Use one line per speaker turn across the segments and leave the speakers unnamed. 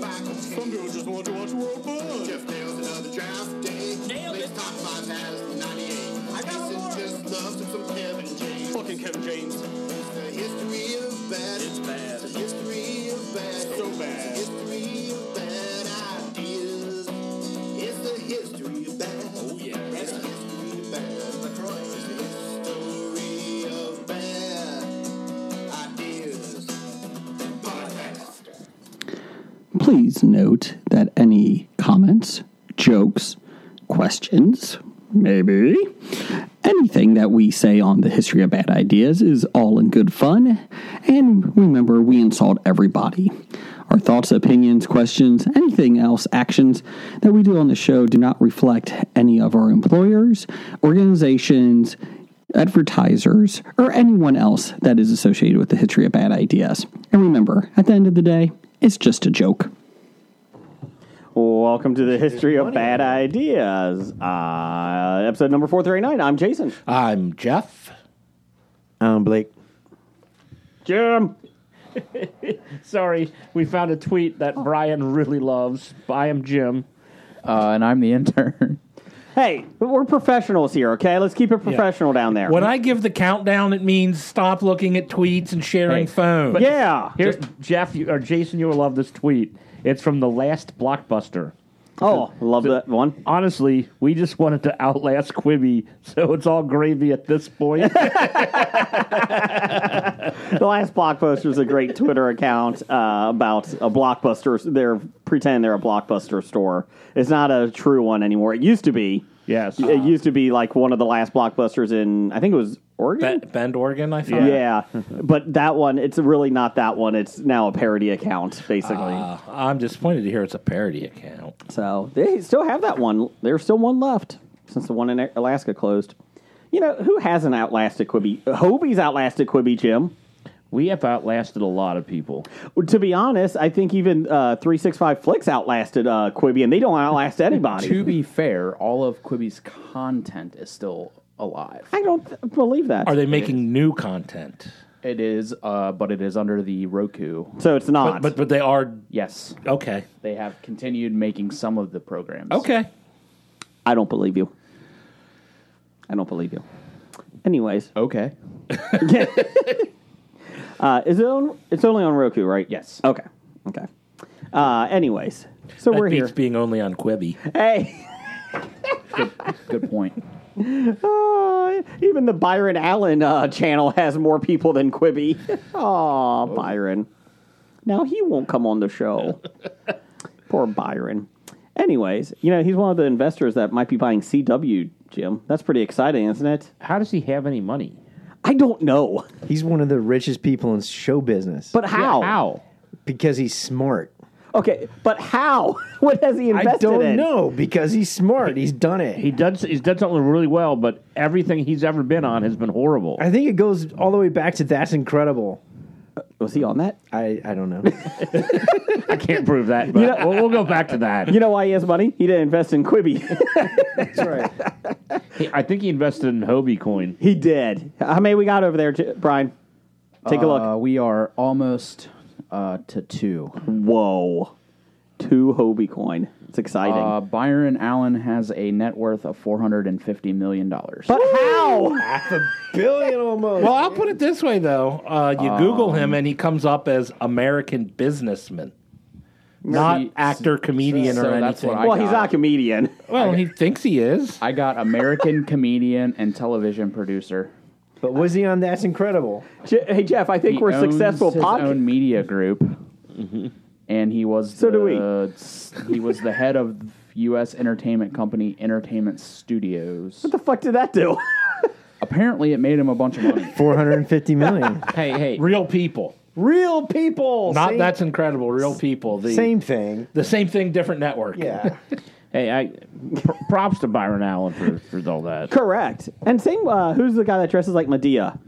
Some people just want to watch the world burn.
Jeff nails another draft day.
Nailed
Makes
it.
top five has the 98. I
got one more.
just loves him some Kevin James.
Fucking Kevin James.
It's the history of bad.
It's bad.
It's the history of bad.
So bad.
It's the history of bad ideas. It's the history of bad.
Oh, yeah.
It's the history of bad. LaCroix. It's the history of bad ideas. Podcast.
Please note that any comments, jokes, questions, maybe anything that we say on the history of bad ideas is all in good fun. And remember, we insult everybody. Our thoughts, opinions, questions, anything else, actions that we do on the show do not reflect any of our employers, organizations, advertisers, or anyone else that is associated with the history of bad ideas. And remember, at the end of the day, it's just a joke.
Welcome to the history of bad ideas, uh, episode number four thirty nine. I'm Jason.
I'm Jeff.
I'm Blake.
Jim. Sorry, we found a tweet that Brian really loves. I am Jim.
Uh, and I'm the intern.
Hey, but we're professionals here, okay? Let's keep it professional down there.
When I give the countdown, it means stop looking at tweets and sharing phones.
yeah.
Here's Jeff you, or Jason. You will love this tweet. It's from the last blockbuster.
oh, love that one.
Honestly, we just wanted to outlast Quibby, so it's all gravy at this point.
The last blockbuster is a great Twitter account uh, about a blockbuster. They're pretend they're a blockbuster store. It's not a true one anymore. It used to be.
yes.
it used to be like one of the last blockbusters in I think it was Oregon.
Be- Bend, Oregon, I thought.
Yeah, but that one, it's really not that one. It's now a parody account, basically.
Uh, I'm disappointed to hear it's a parody account.
so they still have that one. There's still one left since the one in Alaska closed. You know, who hasn't outlasted Quibi? Hobie's outlasted Quibi, Jim.
We have outlasted a lot of people.
To be honest, I think even uh, 365 Flicks outlasted uh, Quibi, and they don't outlast
to
anybody.
be fair, all of Quibi's content is still alive.
I don't th- believe that.
Are they making new content?
It is, uh, but it is under the Roku.
so it's
But,
not.
but but they are
Yes,
okay.
they have continued making some of the programs.
Okay.
I don't believe you. I don't believe you. Anyways,
Okay.
uh, is it on, it's only on Roku, right?
Yes.
Okay. Okay. Uh, anyways, so we're
That beats
here.
being only on Quibi.
Hey,
Good point.
uh, even the Byron Allen uh, channel has more people than Quibi. Aw, Byron. Now he won't come on the show. Poor Byron. Anyways, you know, he's one of the investors that might be buying CW, Jim. That's pretty exciting, isn't it?
How does he have any money?
I don't know.
He's one of the richest people in show business.
But how?
How?
because he's smart.
Okay, but how? what has he invested
I don't
in?
know Oh, because he's smart. He's done it.
He does. He's done something really well, but everything he's ever been on has been horrible.
I think it goes all the way back to that's incredible.
Was he on that?
I, I don't know.
I can't prove that, but we'll, we'll go back to that.
You know why he has money? He didn't invest in Quibi.
that's right.
I think he invested in Hobie Coin.
he did. How many we got over there, J- Brian? Take a look.
Uh, we are almost uh, to two.
Whoa. Two Hobie coin. It's exciting.
Uh, Byron Allen has a net worth of four hundred and fifty million dollars.
but how?
Half a billion almost.
Well, I'll put it this way though: uh, you Google him, and he comes up as American businessman, not
See,
actor, comedian,
so
or anything.
that's what I
Well, he's
got
not a comedian.
well, he thinks he is.
I got American comedian and television producer.
But was he on That's Incredible?
Je- hey, Jeff, I think
He
we're
owns
successful
his
podcast.
own media group, and he was
So
the,
do we.
he was the head of U.S. entertainment company Entertainment Studios.
What the fuck did that do?
Apparently, it made him a bunch of money.
450 million.
hey, hey,
Real people,
Real people.
not
same,
that's incredible. Real people. The
same thing.
the same thing, different network.
Yeah.
Hey, I pr- props to Byron Allen for, for all that.
Correct. And same, uh, who's the guy that dresses like Medea?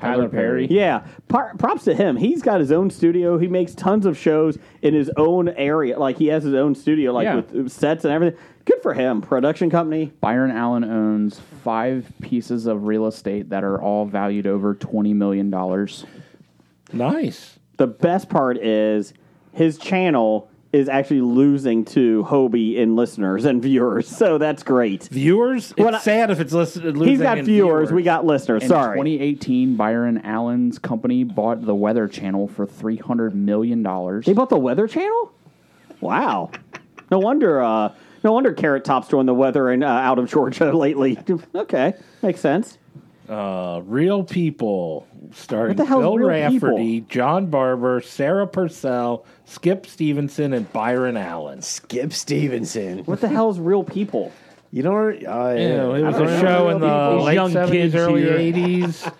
Tyler Perry.
Yeah, Par- props to him. He's got his own studio. He makes tons of shows in his own area. Like he has his own studio, like
Yeah.
with uh, sets and everything. Good for him. Production company.
Byron Allen owns five pieces of real estate that are all valued over twenty million dollars.
Nice.
The best part is his channel is actually losing to Hobie in listeners and viewers. So that's great.
Viewers,
When
it's
I-
sad if it's listed. losing
He's got
in
viewers, We got listeners.
In
Sorry.
2018, Byron Allen's company bought the Weather Channel for 300 million dollars.
they bought the Weather Channel. Wow. No wonder. Uh, no wonder Carrot Top's doing the weather in uh, out of Georgia lately. okay, makes sense.
Uh, Real People, starring
What the hell's
Bill
Real
Rafferty, John Barber, Sarah Purcell, Skip Stevenson, and Byron Allen.
Skip Stevenson.
What the hell's real people?
You don't. Uh,
You know, it was
I don't
a show in the
People.
late
Young
70s,
kids
early
here.
80s,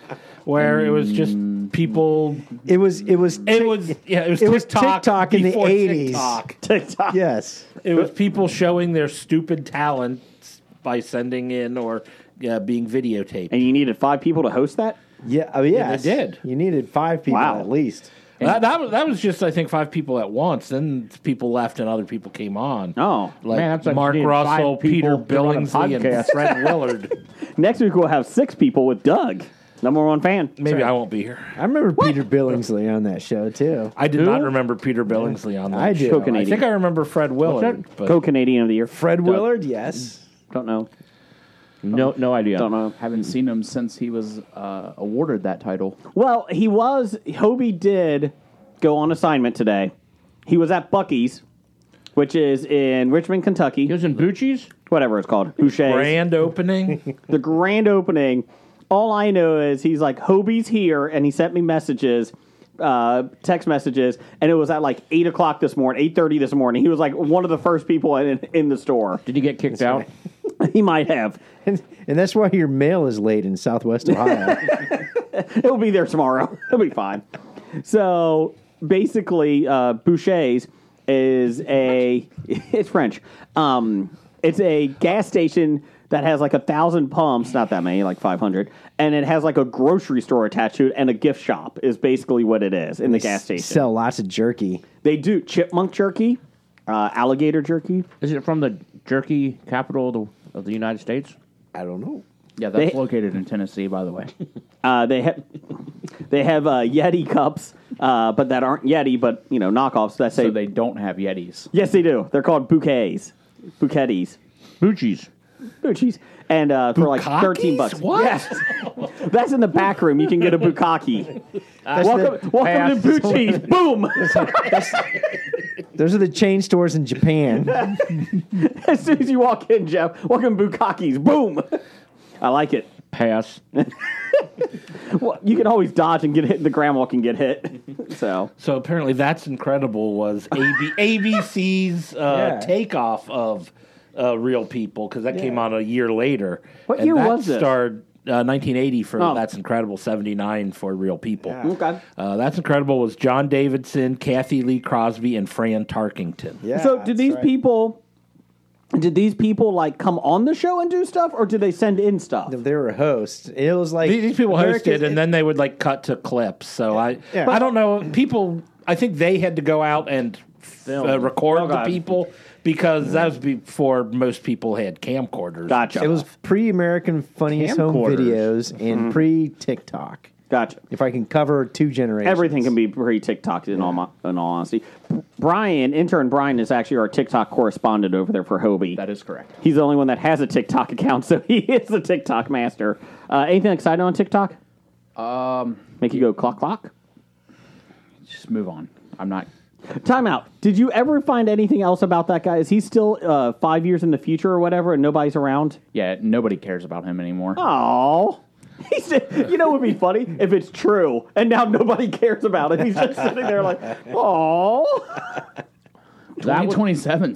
where it was just people.
It was. It was.
It was yeah, it was
It was
TikTok,
TikTok in the
before
80s.
TikTok.
TikTok.
Yes.
It was people showing their stupid talents by sending in or uh, being videotaped.
And you needed five people to host that.
Yeah. Oh, yes.
did.
You needed five people
Wow.
at least.
That, that, was, that was just, I think, five people at once. Then people left and other people came on.
Oh,
Like
Man, that's like
Mark
you need
Russell,
five people
Peter
to run a
Billingsley, and
podcast.
Fred Willard.
next week we'll have six people with Doug, number one fan.
Maybe I won't be here.
I remember Peter Billingsley on that show too.
I did not remember Peter Billingsley on that.
I do.
show. I
Coconut.
think I remember Fred Willard. But
Co Canadian of the year.
Fred Willard. Yes.
Don't know.
No, no idea.
Don't know.
Haven't seen him since he was uh, awarded that title.
Well, he was. Hobie did go on assignment today. He was at Bucky's, which is in Richmond, Kentucky.
He was in Bucci's.
whatever it's called, Boucher's.
grand opening.
The grand opening. All I know is he's like, Hobie's here, and he sent me messages, uh, text messages, and it was at like eight o'clock this morning, eight thirty this morning. He was like one of the first people in in the store.
Did he get kicked out?
he might have.
And, and that's why your mail is late in Southwest Ohio.
It'll be there tomorrow. It'll be fine. So basically, uh, Boucher's is a it's French. Um, it's a gas station that has like a thousand pumps, not that many, like five hundred, and it has like a grocery store attached to it and a gift shop. Is basically what it is in the gas station.
Sell lots of jerky.
they do chipmunk jerky, uh, alligator jerky.
Is it from the jerky capital of the, of the United States?
I don't know.
Yeah, that's
They-
located in Tennessee, by the way.
Uh, they have they have uh, Yeti cups, uh, but that aren't Yeti, but you know knockoffs that say
so they don't have Yetis.
Yes, they do. They're called bouquets, bouquettes,
Bucci's.
bouchies, and uh, for like thirteen bucks.
What?
Yes. That's in the back room. You can get a bukkake. welcome, welcome
Pass.
to Bucci's. Boom!
Those are the chain stores in Japan.
as soon as you walk in, Jeff, welcome to bukkake's. Boom! I like it.
Pass.
Well, you can always dodge and get hit. The grandma can get hit. So
so apparently, that's incredible. Was AB, ABC's uh,
Yeah.
takeoff of uh, Real People because that came out a year later.
What
And
year
that
was this?
Starred uh, 1980 for
Oh.
That's Incredible. 79 for Real People.
okay.
Uh, that's incredible. Was John Davidson, Kathy Lee Crosby, and Fran Tarkington?
Yeah,
so did
that's
these
right.
people? Did these people like come on the show and do stuff, or did they send in stuff?
They were hosts. It was like
These, these people
America's-
hosted, and then they would like cut to clips. So I,
Yeah.
I don't know. People, I think they had to go out and uh, record
Oh,
the
God.
people because that was before most people had camcorders.
Gotcha.
It was pre-American funniest home
Camcorders.
videos and pre-TikTok.
gotcha.
If I can cover two generations,
Everything can be pre TikTok in all my, in all honesty. Brian, intern Brian, is actually our TikTok correspondent over there for Hobie.
That is correct.
He's the only one that has a TikTok account, so he is the TikTok master. Uh, anything exciting on TikTok? Um,
Um,
make you go clock clock.
Just move on. I'm not.
Time out. Did you ever find anything else about that guy? Is he still uh, five years in the future or whatever, and nobody's around?
Yeah, nobody cares about him anymore.
Oh. He said, you know what would be funny? If it's true, and now nobody cares about it. He's just sitting there like, oh.
2027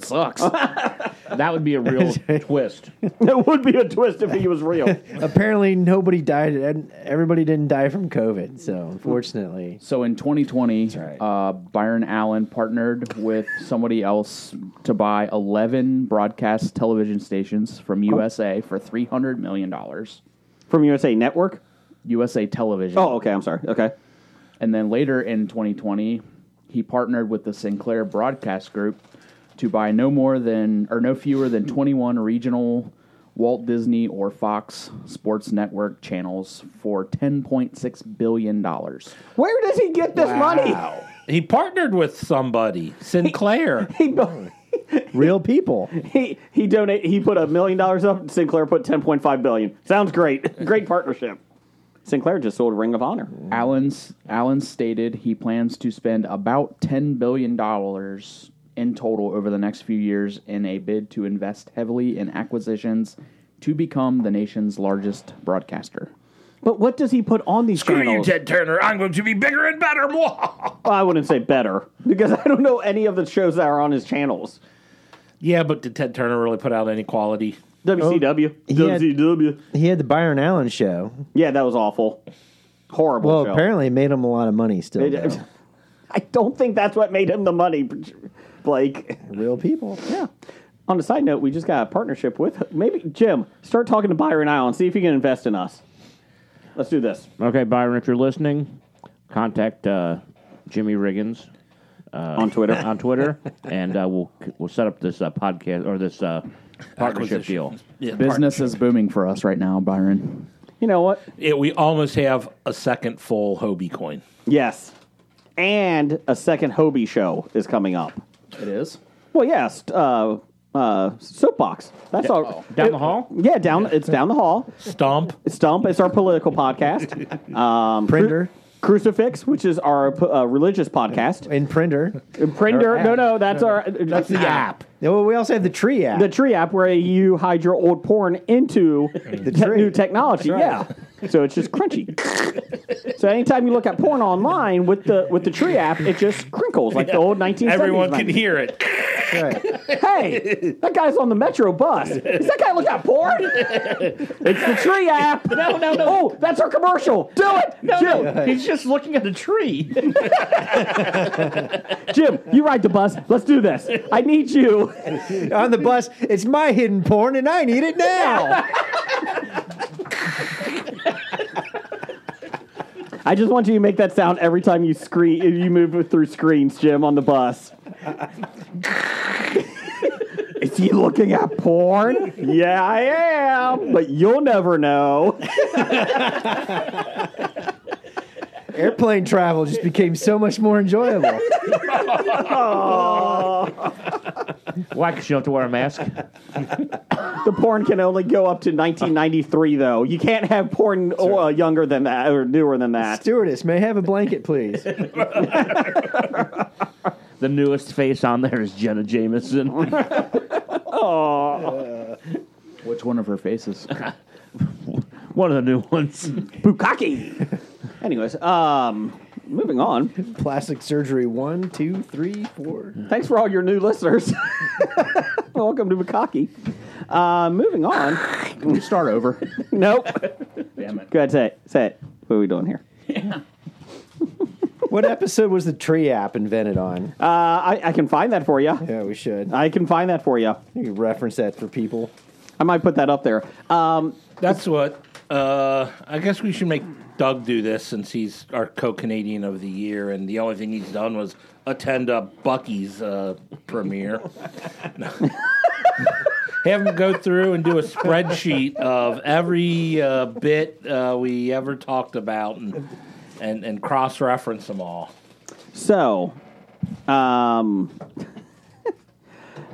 sucks.
That would be a real twist.
That would be a twist if he was real.
Apparently, nobody died. and Everybody didn't die from COVID. So unfortunately,
So in 2020,
right.
uh, Byron Allen partnered with somebody else to buy 11 broadcast television stations from USA for 300 million dollars.
From USA Network?
USA Television.
Oh, okay. I'm sorry. Okay.
And then later in 2020, he partnered with the Sinclair Broadcast Group to buy no more than or no fewer than 21 regional Walt Disney or Fox Sports Network channels for 10.6 billion dollars.
Where does he get this money?
He partnered with somebody, Sinclair.
He,
Real people.
he he donate he put a million dollars up. Sinclair put ten point five billion. Sounds great. Great partnership. Sinclair just sold Ring of Honor.
Allen's Allen stated he plans to spend about ten billion dollars in total over the next few years in a bid to invest heavily in acquisitions to become the nation's largest broadcaster.
But what does he put on these channels?
Turner. I'm going to be bigger and better.
Well, I wouldn't say better because I don't know any of the shows that are on his channels.
yeah, but did Ted Turner really put out any quality?
WCW,
he had-
WCW.
He had the Byron Allen show.
Yeah, that was awful, horrible.
Well,
show.
apparently it made him a lot of money still.
It-
though.
I don't think that's what made him the money, Blake.
Real people.
Yeah. On a side note, we just got a partnership with maybe Jim. Start talking to Byron Island. See if he can invest in us. Let's do this.
Okay, Byron, if you're listening, contact uh, Jimmy Riggins
on Twitter.
on Twitter, and uh, we'll we'll set up this uh, podcast or this uh, partnership deal.
Yeah,
Business is booming for us right now, Byron.
you know what?
Yeah, we almost have a second full Hobie coin.
Yes. And a second Hobie show is coming up.
It is.
Well, yes. Uh, uh, soapbox. That's all.
Down the hall?
Yeah, down. It's down the hall.
Stomp.
Stump. It's our political podcast.
Printer.
Crucifix, which is our uh, religious podcast.
In Printer.
Printer. No, no, that's our. That's
The app.
Yeah, well, we also have the tree app.
the tree app where you hide your old porn into the te-
tree.
new technology. Yeah, so it's just crunchy. so anytime you look at porn online with the with the tree app, it just crinkles like the old nineteen.
Everyone can hear it.
Right.
Hey, that guy's on the metro bus. Does that guy look at porn? it's the tree app. No, no, no. Oh, that's our commercial. Do it, Jim.
He's just looking at a tree.
Jim, you ride the bus. Let's do this. I need you.
On the bus, it's my hidden porn and I need it now.
I just want you to make that sound every time you screen you move through screens, Jim, on the bus. Is he looking at porn? Yeah, I am. But you'll never know.
Airplane travel just became so much more enjoyable.
Why? Because you don't have to wear a mask.
The porn can only go up to 1993, though. You can't have porn uh, younger than that or newer than that.
Stewardess, may I have a blanket, please?
The newest face on there is Jenna Jameson.
Which one of her faces?
One of the new ones.
Bukaki. Anyways, um, moving on.
Plastic surgery one, two, three, four.
Thanks for all your new listeners. Welcome to Bukaki. Uh, moving on.
Can we start over?
Nope.
Damn it.
Go ahead, say it. Say it. What are we doing here?
What episode was the tree app invented on?
Uh, I, I can find that for you.
yeah, we should.
I can find that for you.
You could reference that for people.
I might put that up there. Um,
That's what. Uh, I guess we should make Doug do this since he's our co-Canadian of the year, and the only thing he's done was attend a Bucky's uh, premiere. No. Have him go through and do a spreadsheet of every uh, bit uh, we ever talked about, and and, and cross-reference them all.
so, um,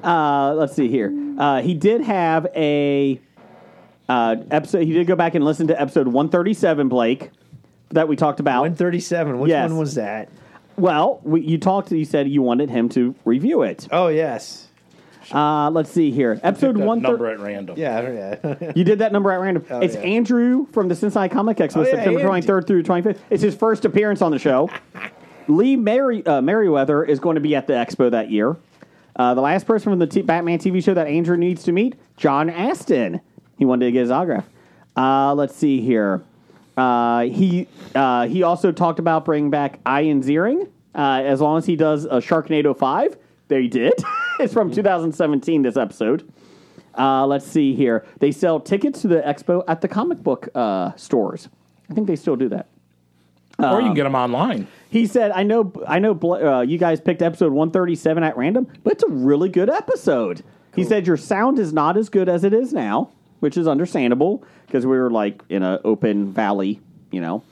uh, let's see here. Uh, he did have a uh, episode. He did go back and listen to episode 137, Blake, that we talked about.
137. Which
Yes.
one was that?
well, we, you talked. You said you wanted him to review it.
Oh, yes.
Uh, let's see here. Episode
That
one
number at random.
Yeah, yeah.
You did that number at random. it's
Oh, yeah. Oh,
Andrew from the Cincinnati Comic Expo,
yeah,
September
Andy.
23rd through 25th. It's his first appearance on the show. Lee Merri- uh, Merriweather is going to be at the expo that year. Uh, the last person from the t- Batman TV show that Andrew needs to meet, John Aston. He wanted to get his autograph. Uh, let's see here. Uh, he uh, he also talked about bringing back Ian Ziering. Uh, as long as he does a Sharknado 5, they did. it's from
Mm-hmm.
2017, this episode. Uh, let's see here. They sell tickets to the expo at the comic book uh, stores. I think they still do that.
or
Um,
you can get them online.
He said, "I know, I know. Bla- Uh, you guys picked episode 137 at random, but it's a really good episode." He said, "Your sound is not as good as it is now, which is understandable because we were like in an open valley, you know."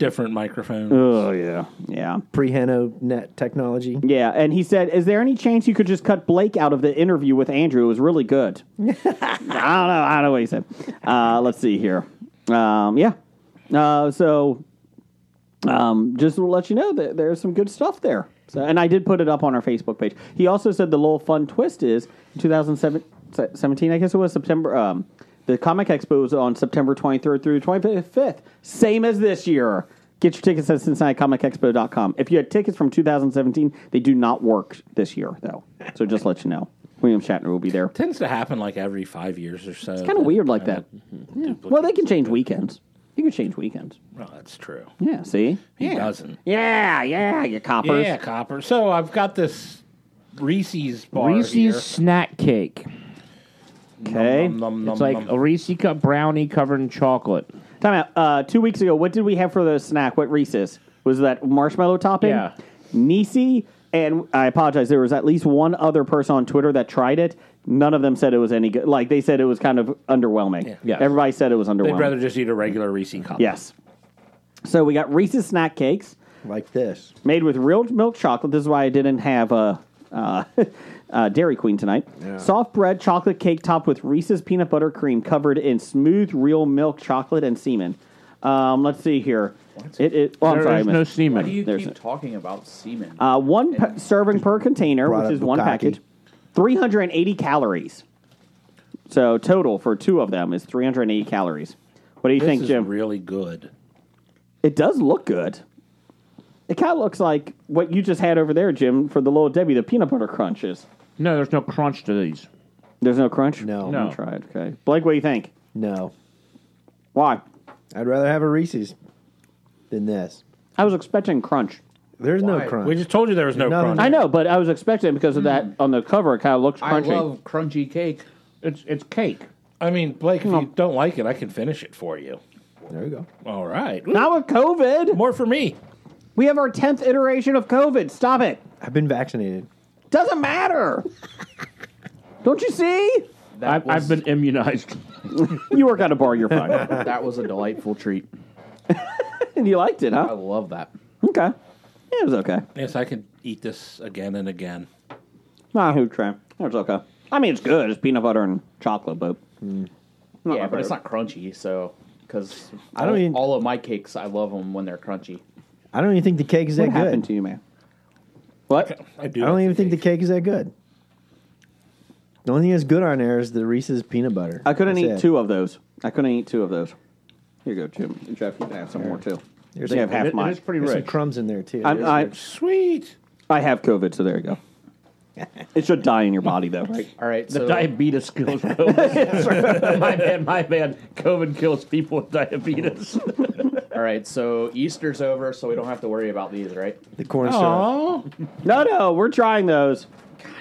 Different microphone.
Oh yeah, yeah,
Pre-Hano net technology.
yeah. And he said, "Is there any chance you could just cut Blake out of the interview with Andrew? It was really good." I don't know. I don't know what he said. Uh, let's see here. Um, yeah. Uh, so, um, just to let you know that there's some good stuff there. So, and I did put it up on our Facebook page. He also said the little fun twist is 2017. I guess it was September. Um, the Comic Expo was on September 23rd through the 25th, same as this year. Get your tickets at CincinnatiComicExpo.com. If you had tickets from 2017, they do not work this year, though. So just let you know. William Shatner will be there.
Tends to happen like every five years or so. uh, It's
Kind of weird like that. Well, they can change weekends. You can change weekends.
Well, that's true.
Yeah, see?
He
yeah.
doesn't.
Yeah, yeah, you coppers.
Yeah, copper. So I've got this Reese's bar here.
Reese's snack cake.
Okay.
Nom, nom, nom,
It's like
nom.
a Reese's cup brownie covered in chocolate.
Time out. Uh, two weeks ago, what did we have for the snack? What Reese's? Was that marshmallow topping?
Yeah.
Nisi, and I apologize, there was at least one other person on Twitter that tried it. None of them said it was any good. Like, they said it was kind of underwhelming.
Yeah. Yes.
Everybody said it was
They'd
underwhelming.
rather just eat a regular Reese's cup.
yes. So we got Reese's snack cakes
Like this.
made with real milk chocolate. This is why I didn't have a. Uh, Uh, Dairy Queen tonight. Soft bread chocolate cake topped with Reese's peanut butter cream covered in smooth real milk chocolate and semen. Um, let's see here. It, it, oh, I'm
There
sorry.
is no
miss.
Why do
semen.
you
There's
keep
a-
talking about semen?
Uh, one pa- serving per container,
Brought
which
up
is one
Bukkake.
package, 380 calories. So total for two of them is 380 calories. What do you
This
think,
is
Jim?
really good.
it does look good. It kind of looks like what you just had over there, Jim, for the little Debbie, the peanut butter crunches.
No, there's no crunch to these.
There's no crunch.
No.
No.
tried. Okay, Blake, what do you think?
No.
Why?
I'd rather have a Reese's than this.
I was expecting crunch.
There's
Why?
no crunch.
We just told you there was no crunch.
Nothing there.
I know, but I was expecting because of that on the cover. It kind of looks
I
crunchy.
love crunchy cake.
It's it's cake.
I mean, Blake, if you don't like it, I can finish it for you.
there you go.
All right.
Not with COVID.
More for me.
We have our tenth iteration of COVID. Stop it.
I've been vaccinated.
Doesn't matter. Don't you see?
That
I've, I've been immunized.
You work at a bar, you're fine.
that was a delightful treat.
and you liked it,
I
huh?
love that.
Oh.
Okay. Yeah, it was okay.
Yes, I could eat this again and again.
Not a huge fan. It was okay. I mean, it's good. It's peanut butter and chocolate, but. Not
Yeah,
my
but it's
favorite.
not crunchy, so because
I don't
all,
even-
all of my cakes, I love them when they're crunchy.
I don't even think the cake is that
What happened
good.
to you, man? What?
I do.
I don't
like
even
the
think the cake is that good. The only thing that's good on there is the Reese's peanut butter.
I couldn't
That's
eat
it.
two of those. I couldn't eat two of those. Here you go, Jim. Jeff, you can have some more, too. You
There's
can have
some-
half
It- it
mine.
is pretty
There's some
rich.
crumbs in there too.
I'm, I,
Sweet.
I have COVID, so there you go. It should die in your body, though, right?
All right,
The
so
diabetes kills COVID. my bad, my bad. COVID kills people with diabetes.
all right, so Easter's over, so we don't have to worry about these, right?
the corn syrup.
No, no, we're trying those.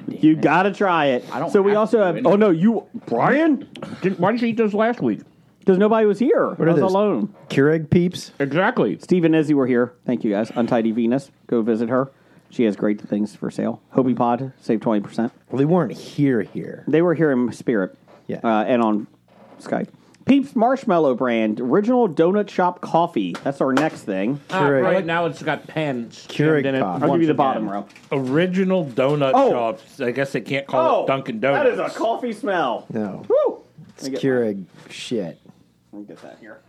You gotta try it.
I don't
so we
have
also
to
have.
anyway.
Oh no, you Brian?
Didn't, why didn't you eat those last week?
Because nobody was here. I
are
was
those?
alone.
Keurig peeps.
Exactly.
Steve and Izzy were here. Thank you guys. Untidy Venus. Go visit her. She has great things for sale. Hobie Pod save twenty percent.
Well, they weren't here here.
They were here in spirit.
Yeah.
Uh, and on Skype. Peeps Marshmallow Brand Original Donut Shop Coffee. That's our next thing.
Ah,
Keurig.
right now it's got pens.
Keurig
jammed in it
coffee.
I'll
once
give you the
again.
bottom row.
Original donut
Oh.
shops. I guess they can't call it Oh, Dunkin' Donuts.
That is a coffee smell.
No,
Woo!
it's Keurig shit.
Let me get that here.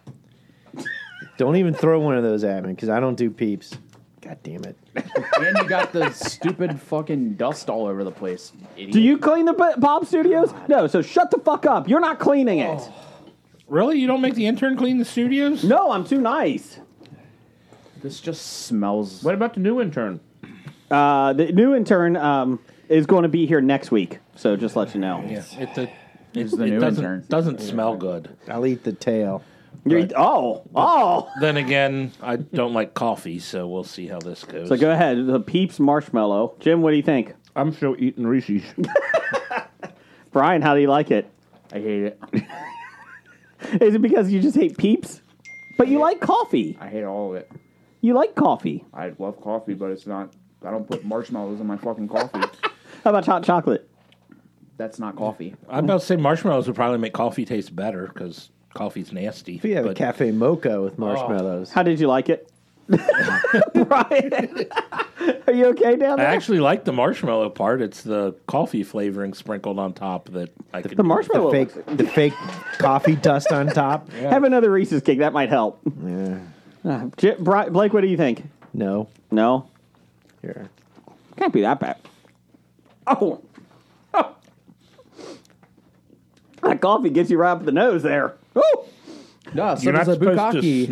Don't even throw one of those at me because I don't do peeps. God damn it!
and you got the stupid fucking dust all over the place. Idiot.
Do you clean the P- Bob Studios? No, so shut the fuck up. You're not cleaning it.
Really? You don't make the intern clean the studios?
Oh. No, I'm too nice.
This just smells.
What about the new intern?
Uh, the new intern um, is going to be here next week, so just let you know.
Yeah, it, it, it,
the
it
new
doesn't,
intern.
doesn't smell good.
I'll eat the tail.
You're- Oh, oh.
Then again, I don't like coffee, so we'll see how this goes.
So go ahead. The Peeps Marshmallow. Jim, what do you think?
I'm still eating Reese's.
Brian, how do you like it?
I hate it.
Is it because you just hate Peeps? But you like coffee.
I hate all of it.
You like coffee.
I love coffee, but it's not. I don't put marshmallows in my fucking coffee.
How about hot chocolate?
That's not coffee.
I'm about to say marshmallows would probably make coffee taste better because Coffee's nasty.
If you have a
but
cafe mocha
Oh.
with marshmallows,
How did you like it? Brian, are you okay down
I
there?
actually like the marshmallow part. It's the coffee flavoring sprinkled on top that I could.
the marshmallow.
fake the fake coffee dust on top.
Have another Reese's cake. That might help. Uh, J- Bri- Blake, what do you think?
No,
No,
here.
can't be that bad. Oh, that coffee gets you right up the nose there. Oh,
No, so
You're not
does a
supposed
bukkake.
to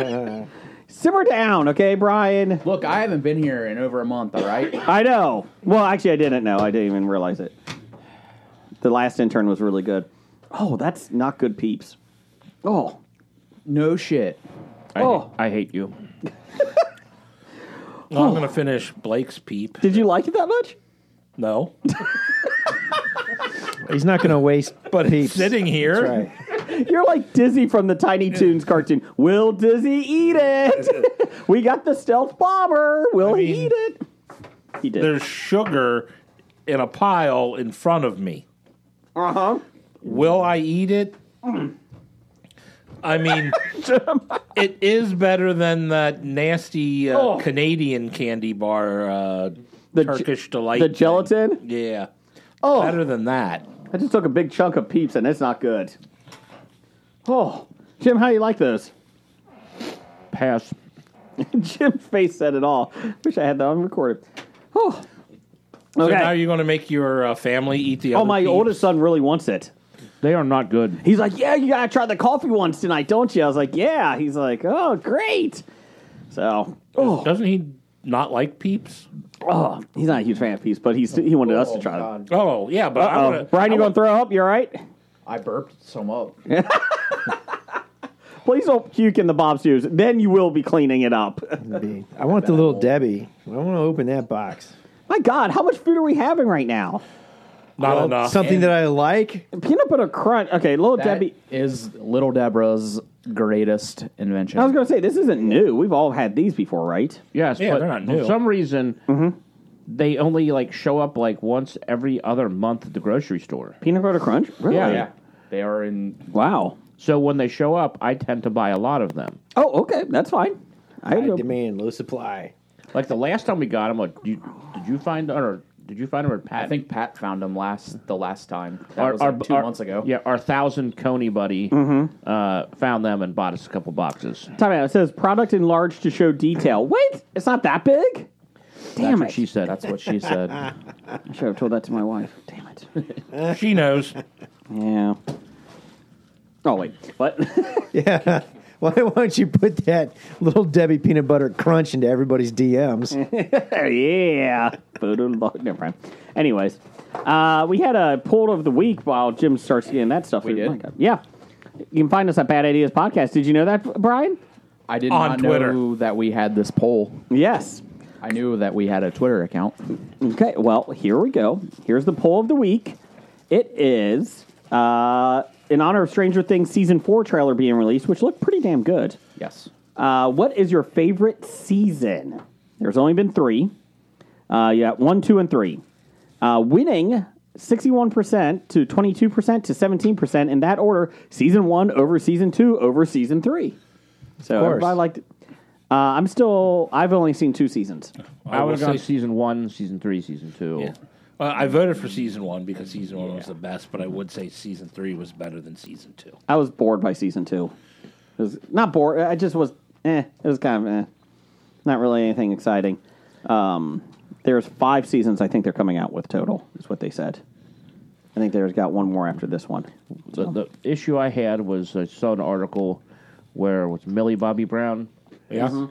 snort it.
simmer down, okay, Brian.
Look, I haven't been here in over a month. All right.
I know. Well, actually, I didn't know. I didn't even realize it. The last intern was really good. Oh, that's not good, peeps. Oh,
No shit.
I,
Oh.
I hate you.
Well, I'm gonna finish Blake's peep.
did you like it that much?
No,
He's not going to waste
but
peeps.
sitting here,
Right.
You're like Dizzy from the Tiny Toons cartoon. Will Dizzy eat it? we got the stealth bomber. Will
mean-
he eat it? He did.
there's sugar in a pile in front of me.
Uh huh.
Will I eat it? I mean, it is better than that nasty uh,
Oh.
Canadian candy bar, uh,
The ge-
Turkish delight.
The
thing.
gelatin.
Yeah.
Oh,
Better than that.
I just took a big chunk of peeps and it's not good. Oh, Jim, how do you like those?
Pass.
Jim's face said it all. Wish I had that on recorded. Oh, okay.
So now you're going to make your uh, family eat the.
oh,
other
my
peeps?
oldest son really wants it.
They are not good.
He's like, "Yeah, you gotta try the coffee ones tonight, don't you?" I was like, "Yeah." He's like, "Oh, great." So, oh,
Doesn't he not like peeps?
oh, he's not a huge fan of peas, but he's he wanted us to try them.
Oh yeah, but I
Uh-oh.
wanna,
Brian, you gonna throw up? You all right?
I burped some up.
Please don't puke in the Bob's shoes. Then you will be cleaning it up.
Be- I want the little Debbie. I want to open that box.
My God, how much food are we having right now?
not
Well,
enough.
Something that I like.
Peanut butter crunch. Okay, little
That
Debbie.
is Little Deborah's greatest invention.
I was gonna say this isn't new. We've all had these before, right?
Yes,
Yeah,
but
they're not new.
for some reason they only like show up like once every other month at the grocery store.
Peanut butter crunch. Really?
yeah. They are in.
Wow.
So when they show up, I tend to buy a lot of them.
Oh, okay, that's fine. I,
High
know.
demand, low supply.
Like the last time we got them, like you, did you find or did you find them at Pat?
I think Pat found them last the last time. That
our,
was
our,
like two
our-
months ago.
Yeah, our thousand Coney buddy uh, found them and bought us a couple boxes.
Time out. It says product enlarged to show detail. Wait, it's not that big.
That's
Damn
what
it!
she said. That's what she said.
I should have told that to my wife. Damn it.
Eh, she knows.
Yeah. Oh wait, what?
Yeah. Why don't you put that little Debbie peanut butter crunch into everybody's DMs?
yeah. Never mind. Anyways, uh, we had a poll of the week while Jim starts getting that stuff. We
did?
Yeah. You can find us at Bad Ideas Podcast. Did you know that, Brian?
I did
On
not
Twitter.
know that we had this poll.
Yes.
I knew that we had a Twitter account.
Okay, well, here we go. Here's the poll of the week. It is uh, in honor of Stranger Things season four trailer being released, which looked pretty damn good.
Yes.
Uh, what is your favorite season? There's only been three. Uh, you got one, two, and three. Uh, winning 61% to 22% to 17% in that order season one over season two over season three. So
course.
everybody liked it. Uh, I'm still, I've only seen two seasons.
I was
will
on
say-
season one, season three, season two.
Yeah. Uh, I voted for season one because season one was the best, but I would say season three was better than season two.
I was bored by season two. It was not bored. I just was. Eh, it was kind of eh, not really anything exciting. Um, there's five seasons. I think they're coming out with total. Is what they said. I think there's got one more after this one.
The, the issue I had was I saw an article where it was Millie Bobby Brown
Yeah.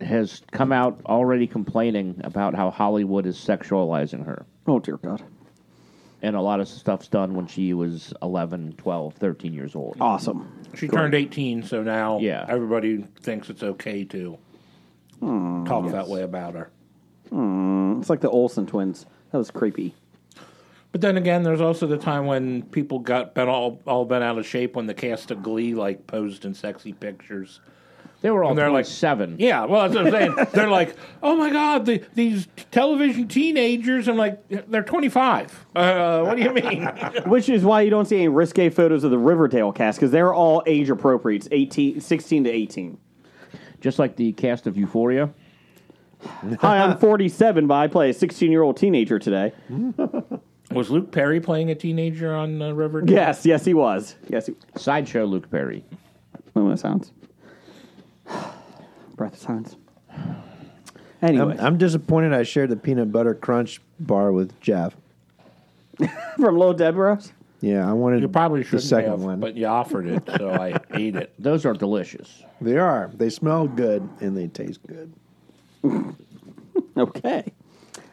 has come out already complaining about how Hollywood is sexualizing her.
Oh dear God!
And a lot of stuff's done when she was 11, 12, 13 years old.
Awesome.
She turned 18, so now
Yeah.
everybody thinks it's okay to
Hmm,
talk that way about her.
It's like the Olsen twins. That was creepy.
But then again, there's also the time when people got bent all, all bent out of shape when the cast of Glee like posed in sexy pictures.
They were all
And they're like-
27.
Yeah, well, that's what I'm saying. they're like, oh my god, the, these television teenagers. I'm like, they're 25. Uh, what do you mean?
Which is why you don't see any risque photos of the Riverdale cast because they're all age appropriate. It's 18, 16 to 18.
Just like the cast of Euphoria.
Hi, I'm 47, but I play a 16 year old teenager today.
Was Luke Perry playing a teenager on uh, Riverdale?
Yes, yes, he was. Yes, he,
Sideshow Luke Perry.
moment of silence. Breath of silence. Anyway,
Um,
I'm, I'm disappointed I shared the peanut butter crunch bar with Jeff.
from Little Deborah.
Yeah, I wanted
You probably
the
should
second
have,
one.
but you offered it, so I ate it.
Those are delicious.
They are. They smell good and they taste good.
um,
Okay.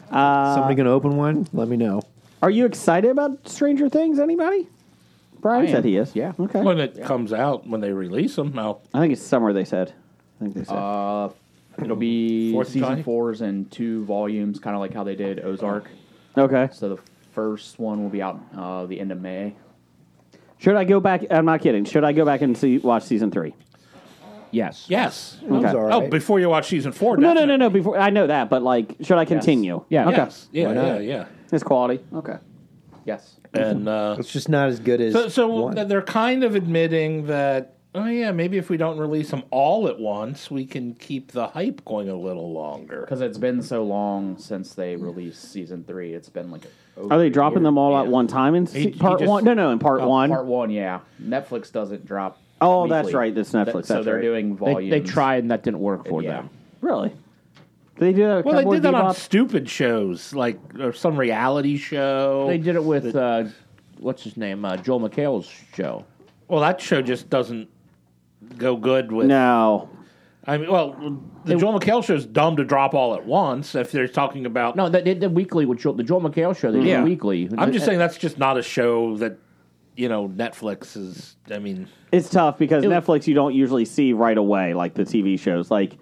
Somebody gonna open one? Let me know.
Are you excited about Stranger Things? Anybody? Brian
I
said
am,
he is.
yeah.
Okay.
When it comes out, when they release them, now
I think it's summer. They said. I think they said.
It'll be
Fourth
season
Johnny?
fours in two volumes, kind of like how they did Ozark.
okay.
So the first one will be out uh, the end of May.
Should I go back? I'm not kidding. Should I go back and see watch season three?
Yes.
yes.
Okay.
All
Oh,
right.
before you watch season four.
No, no,
definitely.
no, no. Before I know that, but like, should I continue?
Yeah.
Okay.
Yes. Yeah,
Why
yeah,
not?
yeah.
It's quality. Okay.
Yes.
And uh,
it's just not as good as
So, so
one.
they're kind of admitting that, oh yeah, maybe if we don't release them all at once, we can keep the hype going a little longer.
Because it's been so long since they released season three. It's been like. over
Are they
a
dropping
year.
them all at
Yeah.
one time in
He-
se-
he
part
just- Oh,
one? No, no, in part
Uh,
one.
Part one, yeah. Netflix doesn't drop.
Oh, that's
weekly.
right, that's
That-
Netflix,
so
that's
they're
right.
doing
They,
volumes.
they tried and that didn't work for
Yeah.
them.
really? Did they do that? with
Well, they
Cowboy
did that on
Bebop?
stupid shows, like or some reality show.
They did it with uh, what's his name, uh, Joel McHale's show.
well, that show just doesn't go good with.
No.
I mean, well, the Joel McHale show is dumb to drop all at once if they're talking about.
No, Oh, uh, they did the weekly with Joel, the Joel McHale show. They did
Yeah.
weekly.
I'm just saying that's just not a show that you know Netflix is. I mean,
It's tough because Netflix you don't usually see right away like the TV shows like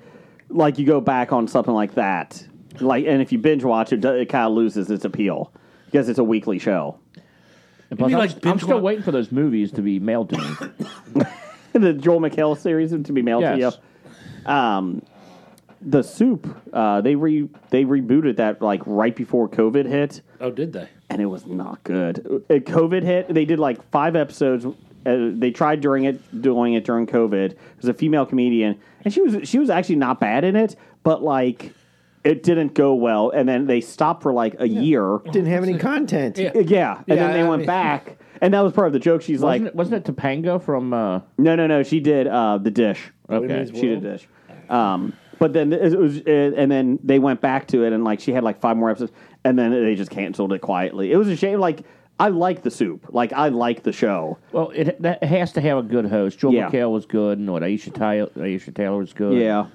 like you go back on something like that like and if you binge watch it do- it kind of loses its appeal because it's a weekly show.
And
You
plus,
mean
I'm,
like
I'm
binge
still
watch-
waiting for those movies to be mailed to me.
the Joel McHale series to be mailed
Yes.
to you. Um, the soup uh, they re they rebooted that like right before COVID hit
oh, did they?
and it was not good. Uh, COVID hit. They did like five episodes. Uh, they tried during it, doing it during COVID. There's a female comedian, and she was she was actually not bad in it, but like it didn't go well. And then they stopped for like a year.
didn't have any content.
Yeah.
Yeah, and
Yeah,
then they
I
went
mean-
back, and that was part of the joke. She's
wasn't,
like,
it, wasn't it Topanga from? Uh,
no, no, no. She did uh, the dish.
okay,
She did dish. Um, but then it was, it, and then they went back to it, and like she had like five more episodes, and then they just canceled it quietly. It was a shame. Like I like the soup. Like I like the show.
well, it that has to have a good host. Joel
Yeah.
McHale was good, and what Aisha Taylor, Aisha Taylor was good.
Yeah.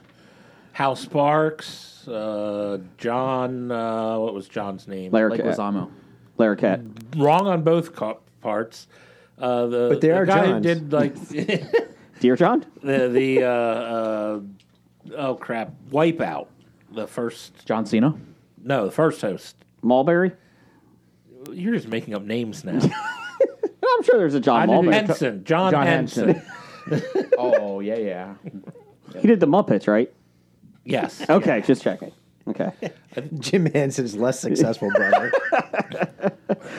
Hal Sparks, uh, John, uh, what was John's name?
Lair
Like
cat.
Wasamo.
Lair cat.
Wrong on both co- parts. Uh, the,
But they
the
are
guy who
Johns.
did like the
Dear John.
the uh, uh, oh crap Wipeout. The first
John Cena.
no, the first host.
Mulberry.
You're just making up names now.
I'm sure there's a John
knew
Mulberry.
Henson, John,
John
Henson.
oh yeah, yeah.
He did the Muppets, right?
Yes,
Okay, just checking. Okay.
Jim Henson's less successful brother.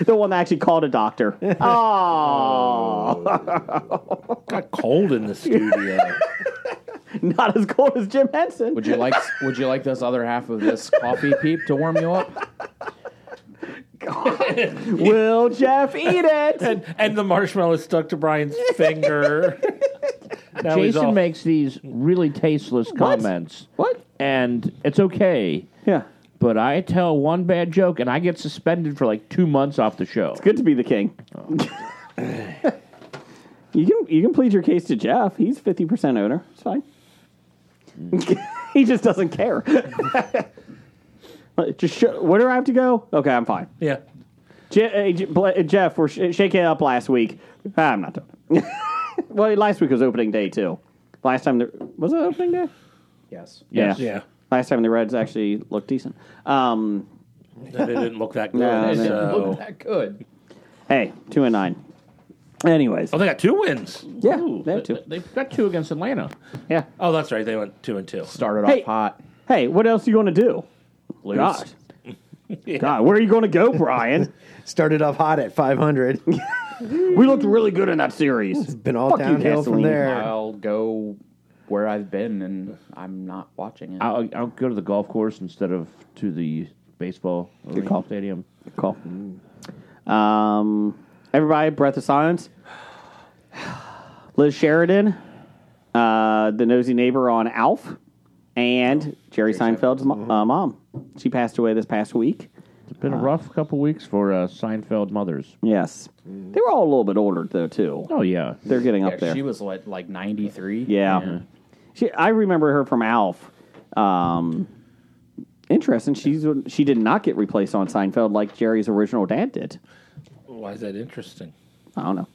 the one that actually called a doctor. Oh,
got cold in the studio.
not as cold as Jim Henson.
Would you like Would you like this other half of this coffee peep to warm you up?
Will Jeff eat it?
and the marshmallow is stuck to Brian's finger. Now he's
Jason
all-
makes these really tasteless comments,
what?
and it's okay.
Yeah.
But I tell one bad joke, and I get suspended for like two months off the show.
Good to be the king. you can you can plead your case to Jeff. He's fifty percent owner. It's fine. he just doesn't care. Like, just show, where do I have to go? Okay, I'm fine.
yeah.
Je- hey, Je- Bla- uh, Jeff, we're sh- shaking it up last week. Ah, I'm not doing it. well, last week was opening day too. Last time there was it opening day.
Yes.
Yes.
Yeah.
Last time the Reds actually looked decent. Um,
It didn't look that good.
No, it didn't
so-
that good.
hey, two and nine. Anyways,
Oh, they got two wins.
yeah, they have to.
They've got two against Atlanta.
Yeah.
Oh, that's right. They went two and two.
Started
Hey.
off hot.
Hey, what else are you going to do?
Lose.
God. God, where are you going to go, Brian?
Started off hot at 500.
we looked really good in that series.
Been all
Fuck you,
downhill from
gasoline.
there.
I'll go where I've been, and I'm not watching it.
I'll, I'll go to the golf course instead of to the baseball arena
call.
stadium.
Cool. Um, everybody, breath of silence. Liz Sheridan, uh, the nosy neighbor on Alf,
Oh,
and Jerry Seinfeld's mo- uh, mom. She passed away this past week.
It's been a rough couple weeks for uh, Seinfeld mothers.
Yes,
Mm.
they were all a little bit older though too.
Oh yeah,
They're getting
Yeah,
up there.
She was like like 93.
Yeah. She, I remember her from Alf. Um, interesting. She's she did not get replaced on Seinfeld like Jerry's original dad did.
Why is that interesting?
I don't know.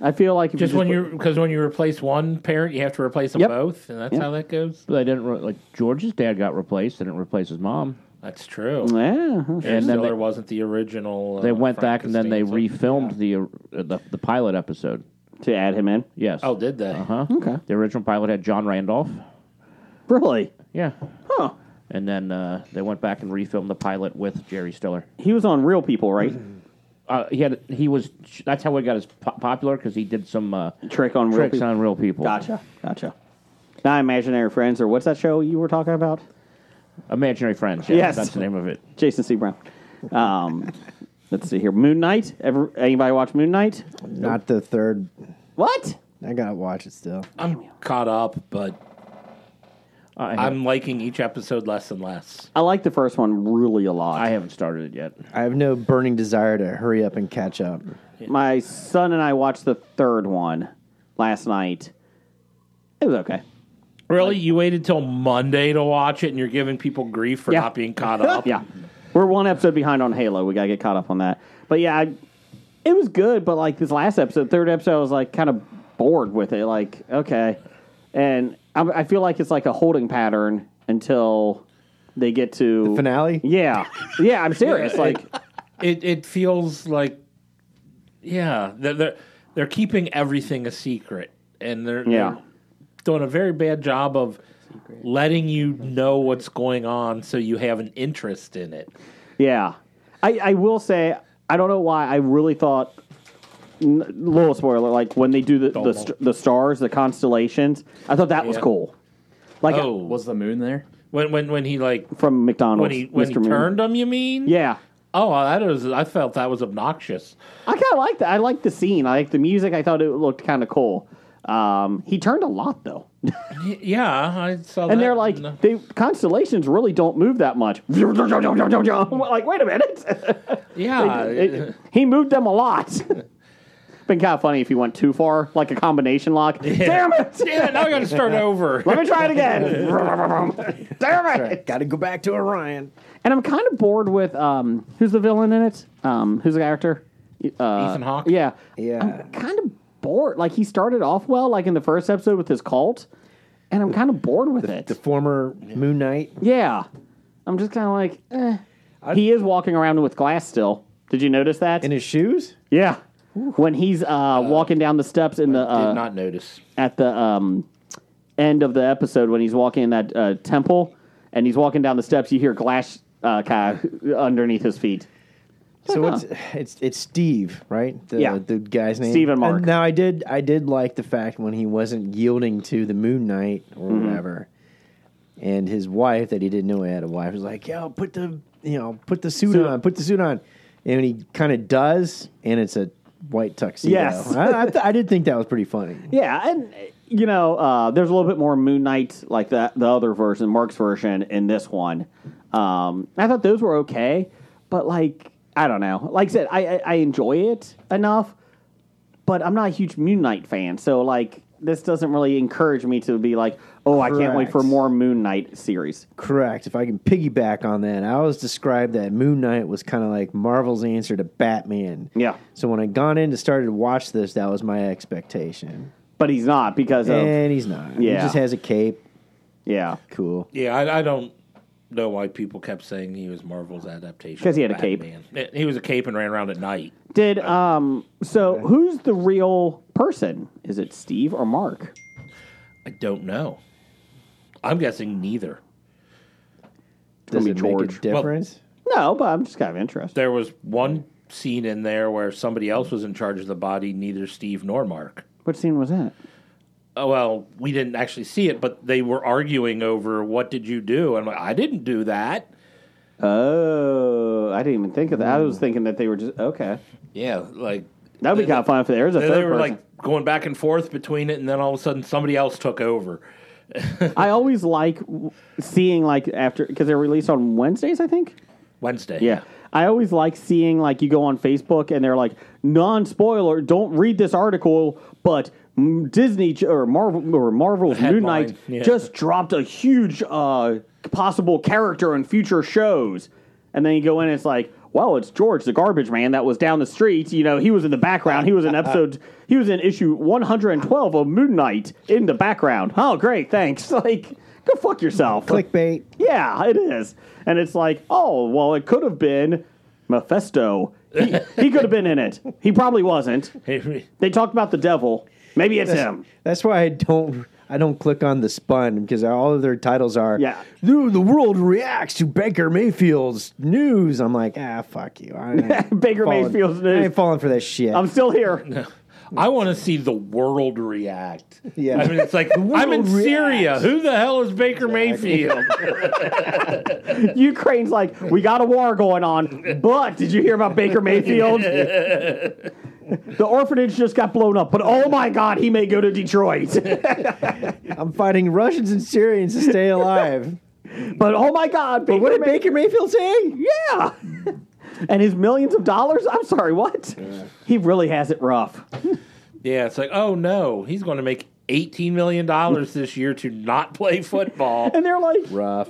I feel like if
Just
you
when you because when you replace one parent, you have to replace them
Yep.
both, and that's how that goes.
but they didn't re- like George's dad got replaced. They didn't replace his mom.
That's true.
yeah,
then
And then
they-
there wasn't the original.
They
uh,
went back and then they
Frankenstein's-
refilmed the, uh, the the pilot episode.
to add him in.
Yes.
Oh, did they?
huh.
Okay.
The original pilot had John Randolph.
Really?
Yeah.
Huh.
And then uh, they went back and refilmed the pilot with Jerry Stiller.
He was on Real People, right?
Uh, he had he was that's how he got his po- popular because he did some uh,
Trick on Real
tricks
People.
on real people.
Gotcha. Gotcha. Not imaginary friends, or what's that show you were talking about?
Imaginary friends.
Yes.
Yes, that's the name of it.
Jason C. Brown. Um, let's see here. Moon Knight. Ever anybody watch Moon Knight?
Not the third.
What?
I gotta watch it still.
I'm caught up, but
I, have,
I'm liking each episode less and less.
I like the first one really a lot.
I haven't started it yet.
I have no burning desire to hurry up and catch up.
My son and I watched the third one last night. It was okay.
Really, you waited till Monday to watch it, and you're giving people grief for
Yeah.
not being caught up.
Yeah. We're one episode behind on Halo. We got to get caught up on that. But yeah, I, it was good, but like this last episode, third episode, I was like kind of bored with it. Like, okay. And I, I feel like it's like a holding pattern until they get to.
Finale?
Yeah. Yeah, I'm serious. like,
It it feels like, yeah, they're they're, they're keeping everything a secret, and they're
Yeah.
they're doing a very bad job of letting you know what's going on, so you have an interest in it.
Yeah, I, I will say I don't know why I really thought. N- little spoiler, like when they do the the, st- the stars, the constellations, I thought that was
Yeah.
cool. Like
Oh,
Was the moon there?
when when when he like
from McDonald's,
when he when he
Moon.
turned him, you mean?
Yeah,
Oh, that was I felt that was obnoxious.
I kind of liked that. I liked the scene. I liked the music. I thought it looked kind of cool. Um, he turned a lot though,
Y- Yeah, I saw. that. uh,
and they're like
No.
the constellations really don't move that much. like, wait a minute.
yeah,
It- it- he moved them a lot. Been kind of funny if you went too far, like a combination lock. Damn it!
yeah. Now I got to start over.
Let me try it again. Damn it!
Gotta go back to Orion.
And I'm kind of bored with um, who's the villain in it? Um, who's the character? Uh,
Ethan Hawke?
Yeah,
Yeah.
I'm kind of bored. Like he started off well, like in the first episode with his cult, and I'm kind of bored with it.
The former Moon Knight.
yeah, I'm just kind of like, eh. he is walking around with glass still. Did you notice that?
In his shoes?
Yeah. When he's uh, walking down the steps in the uh,
Did not notice.
at the um, end of the episode when he's walking in that uh, temple and he's walking down the steps, you hear glass uh, kind of underneath his feet.
So
Huh.
it's it's it's Steve, right? The,
Yeah.
the guy's name.
Steve and Mark.
And now I did I did like the fact when he wasn't yielding to the Moon Knight or
Mm-hmm.
whatever, and his wife that he didn't know he had a wife was like, "Yo, put the you know put the suit on, put the suit on," and he kind of does, and it's a white tuxedo.
Yes.
I, I, th- I did think that was pretty funny.
Yeah, and uh, you know, uh, there's a little bit more Moon Knight like that the other version, Mark's version, in this one. Um, I thought those were okay, but like I don't know. Like I said, I I, I enjoy it enough, but I'm not a huge Moon Knight fan, so like this doesn't really encourage me to be like, oh, I can't wait
Correct.
for more Moon Knight series.
Correct. If I can piggyback on that, I always described that Moon Knight was kind of like Marvel's answer to Batman.
Yeah.
So when I gone in and started to watch this, that was my expectation.
But he's not
Eh.
because of
And he's not. He
Yeah.
just has a cape.
yeah.
Cool.
Yeah, I, I don't. know why people kept saying he was Marvel's adaptation.
'Cause he had
of
a cape.
Batman. Yeah, He was a cape and ran around at night.
Did um so who's the real person? Is it Steve or Mark?
I don't know. I'm guessing neither.
Does
be
it
George.
make a difference?
No, but I'm just kind of interested.
There was one scene in there where somebody else was in charge of the body, neither Steve nor Mark.
What scene was that?
Oh, well, we didn't actually see it, but they were arguing over what did you do? I'm like, I didn't do that.
Oh, I didn't even think of that. I was thinking that they were just okay.
Yeah, like
That would be kind of fun if there was a
Hmm. they,
third
they were
person.
like going back and forth between it, and then all of a sudden somebody else took over.
I always like w- seeing like after because they're released on Wednesdays, I think.
Wednesday.
Yeah. I always like seeing like you go on Facebook and they're like non spoiler. Don't read this article, but mm, Disney j- or Marvel or Marvel's New
headline,
Knight
yeah.
just dropped a huge uh, possible character in future shows, and then you go in and it's like. Well, it's George the garbage man that was down the street. You know, he was in the background. He was in episode. He was in issue 112 of Moon Knight in the background. Oh, great, thanks. Like, go fuck yourself.
Clickbait.
Yeah, it is. And it's like, oh, well, it could have been Mephisto. He, he could have been in it. He probably wasn't. They talked about the devil. Maybe it's him.
That's why I don't. I don't click on the spun because all of their titles are
Yeah.
The, the world reacts to Baker Mayfield's news. I'm like, ah, fuck you. I ain't
Baker
falling-
Mayfield's
I
news.
ain't falling for that shit.
I'm still here.
I want to see the world react.
Yeah.
I mean, it's like I'm in Syria. Who the hell is Baker Mayfield?
Ukraine's like, we got a war going on, but did you hear about Baker Mayfield? the orphanage just got blown up, but oh my God, he may go to Detroit.
I'm fighting Russians and Syrians to stay alive.
but oh my God, Baker
what did
Mayfield.
Baker Mayfield say?
Yeah. and his millions of dollars? I'm sorry, what? He really has it rough.
yeah, it's like oh no, he's going to make eighteen million dollars this year to not play football.
And they're like,
Rough.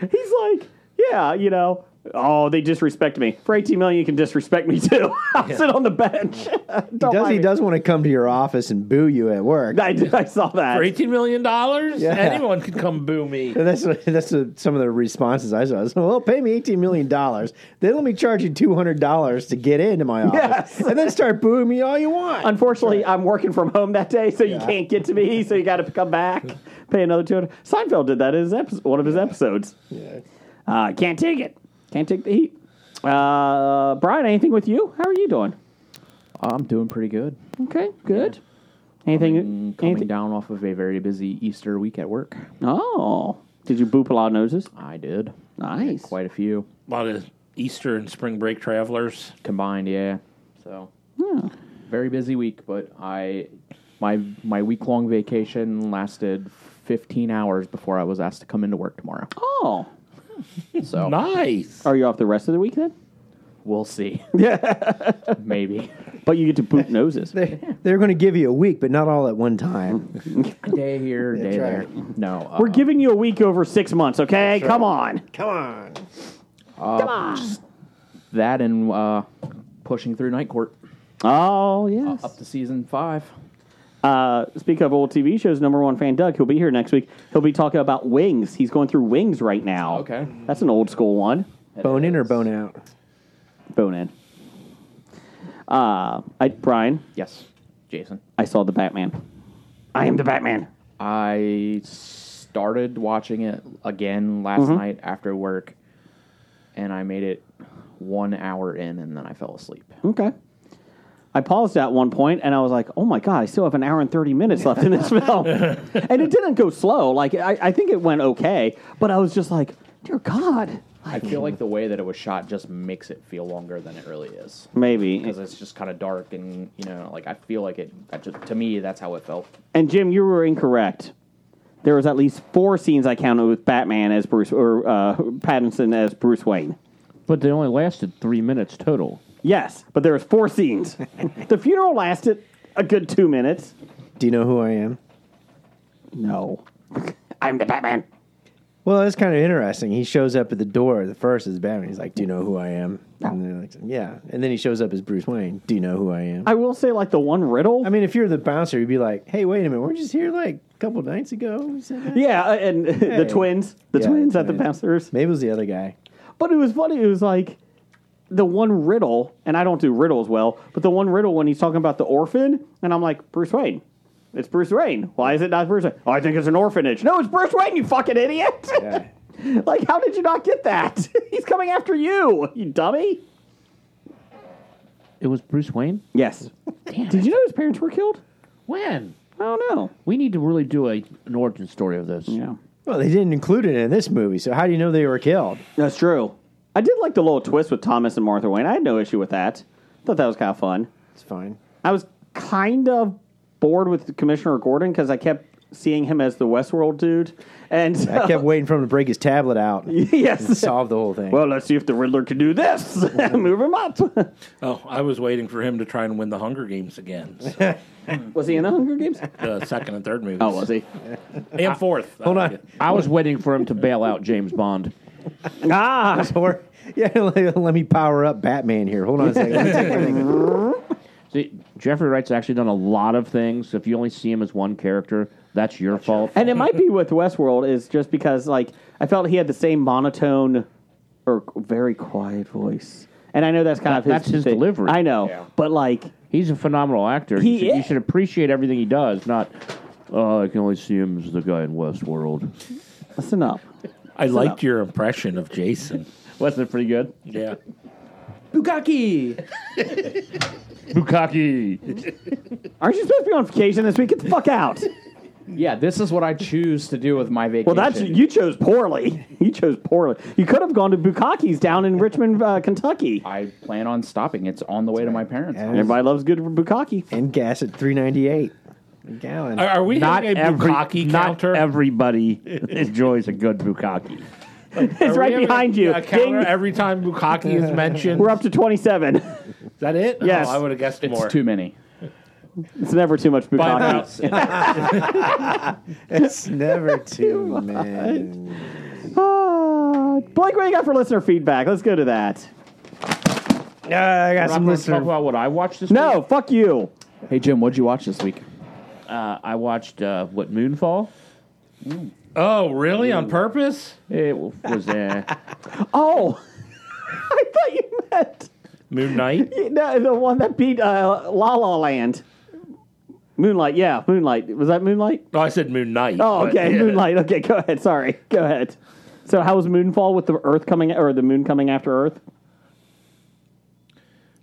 he's like, yeah, you know, oh, they disrespect me. For 18 million, you can disrespect me too. I'll sit on the bench. Don't
Does
mind
he
me.
does want to come to your office and boo you at work?
I, did- I saw that.
For eighteen million dollars,
Yeah.
anyone could come boo me.
And that's what- that's what some of the responses I saw. I said, well, pay me eighteen million dollars, then let me charge you two hundred dollars to get into my office,
Yes.
and then start booing me all you want.
Unfortunately, I'm working from home that day, so you
Yeah.
can't get to me. So you got to come back, pay another two hundred. Oh, Seinfeld did that in his episode, one of his episodes.
Yeah.
Uh, can't take it. Can't take the heat. Uh, Brian, anything with you? How are you doing?
I'm doing pretty good.
Okay, good. Anything?
Coming
anything?
down off of a very busy Easter week at work.
Oh, did you boop a lot of noses?
I did.
Nice.
Quite a few
A lot of Easter and spring break travelers.
combined, yeah. So very busy week, but I my my week long vacation lasted fifteen hours before I was asked to come into work tomorrow.
Oh,
So
Nice.
are you off the rest of the week then?
we'll see. Maybe.
But you get to boop noses.
They, they're going to give you a week, but not all at one time.
Day here, day there. No. Uh,
We're giving you a week over six months. Okay, come on.
Come on.
Come on.
that and uh, pushing through night court uh,
Oh yes.
up to season five.
Uh, speak of old TV shows, number one fan Doug, he'll be here next week. He'll be talking about Wings. He's going through Wings right now.
Okay.
That's an old school one.
Bone in or bone out?
Bone in. Uh, I, Brian,
Yes, Jason.
I saw the Batman. I am the Batman.
I started watching it again last
Mm-hmm.
night after work, and I made it one hour in, and then I fell asleep.
Okay. I paused at one point and I was like, oh my God, I still have an hour and 30 minutes left in this film. and it didn't go slow. Like, I, I think it went okay, but I was just like, dear God.
I feel
Mm-hmm.
like the way that it was shot just makes it feel longer than it really is.
Mm.
Maybe.
Because it's just kind of dark, and you know, like I feel like it. That just, to me, that's how it felt.
And Jim, you were incorrect. There was at least four scenes I counted with Batman as Bruce or uh, Pattinson as Bruce Wayne.
But they only lasted three minutes total.
Yes, but there was four scenes. the funeral lasted a good two minutes.
Do you know who I am?
No, I'm the Batman.
Well, it's kind of interesting. He shows up at the door. The first is Batman. He's like, "Do you know who I am?" And they're like, "Yeah." And then he shows up as Bruce Wayne. Do you know who I am?
I will say, like the one riddle.
I mean, if you're the bouncer, you'd be like, "Hey, wait a minute, weren't you just here like a couple nights ago." We said that?"
yeah, and the twins, the
Yeah,
twins at the
twins.
bouncers.
Maybe it was the other guy.
But it was funny. It was like the one riddle, and I don't do riddles well, but the one riddle when he's talking about the orphan, and I'm like, Bruce Wayne. It's Bruce Wayne. Why is it not Bruce Wayne? Oh, I think it's an orphanage. No, it's Bruce Wayne, you fucking idiot.
Yeah.
like, how did you not get that? he's coming after you, you dummy.
It was Bruce Wayne.
Yes. Did you know his parents were killed?
When
I don't know.
we need to really do a an origin story of this.
Yeah.
Well, they didn't include it in this movie, so how do you know they were killed?
That's true. I did like the little twist with Thomas and Martha Wayne. I had no issue with that. Thought that was kind of fun.
It's fine.
I was kind of bored with Commissioner Gordon because I kept seeing him as the Westworld dude, and so,
I kept waiting for him to break his tablet out and
yes.
solve the whole thing.
Well, let's see if the Riddler can do this. Move him up.
Oh, I was waiting for him to try and win the Hunger Games again. So,
was he in the Hunger Games?
the second and third movies.
Oh, was he?
And fourth. Hold
on.
I was waiting for him to bail out James Bond.
ah,
or yeah, let, let me power up Batman here. Hold on a second. Let me take my thing.
See, Jeffrey Wright's actually done a lot of things. If you only see him as one character, that's your fault.
and it might be with Westworld is just because like I felt he had the same monotone or very quiet voice, and I know that's kind of his
that's his
thing.
delivery.
I know, but like
He's a phenomenal actor.
He
you, should, you
is.
should appreciate everything he does, not, oh, I can only see him as the guy in Westworld.
listen up.
I liked your impression of Jason.
Wasn't it pretty good?
Yeah.
Bukaki,
Bukaki.
aren't you supposed to be on vacation this week? Get the fuck out.
Yeah, this is what I choose to do with my
Well,
vacation.
that's you chose poorly. You chose poorly. You could have gone to Bukaki's down in Richmond, uh, Kentucky.
I plan on stopping. It's on the way to my parents' house.
Everybody loves good Bukaki.
and gas at three ninety eight a gallon.
Are, are we
Not,
having a
every,
Bukkake
not
counter?
everybody enjoys a good Bukaki.
It's
Are we
right
having
behind
a-
you.
A counter
Ding.
every time Bukaki is mentioned.
We're up to twenty-seven.
Is that it?
Yes.
Oh, I would have guessed more.
It's too many.
It's never too much
Find
Bukaki.
out.
It's never too man.
Ah, Blake, what do you got for listener feedback? Let's go to that.
I got
I'm going to
some
talk
listener.
Uh,
about what I watched this
No,
week.
fuck you.
Hey, Jim, what'd you watch this week?
Uh, I watched, uh, what, Moonfall?
Oh, really? On purpose?
It was, uh,
Oh, I thought you meant
Moon Knight?
no, the one that beat uh, La La Land. Moonlight, yeah, Moonlight. Was that Moonlight?
Oh, I said Moon Knight.
Oh,
but
okay.
yeah.
Moonlight. Okay, go ahead. Sorry. Go ahead. So, how was Moonfall with the Earth coming or the moon coming after Earth?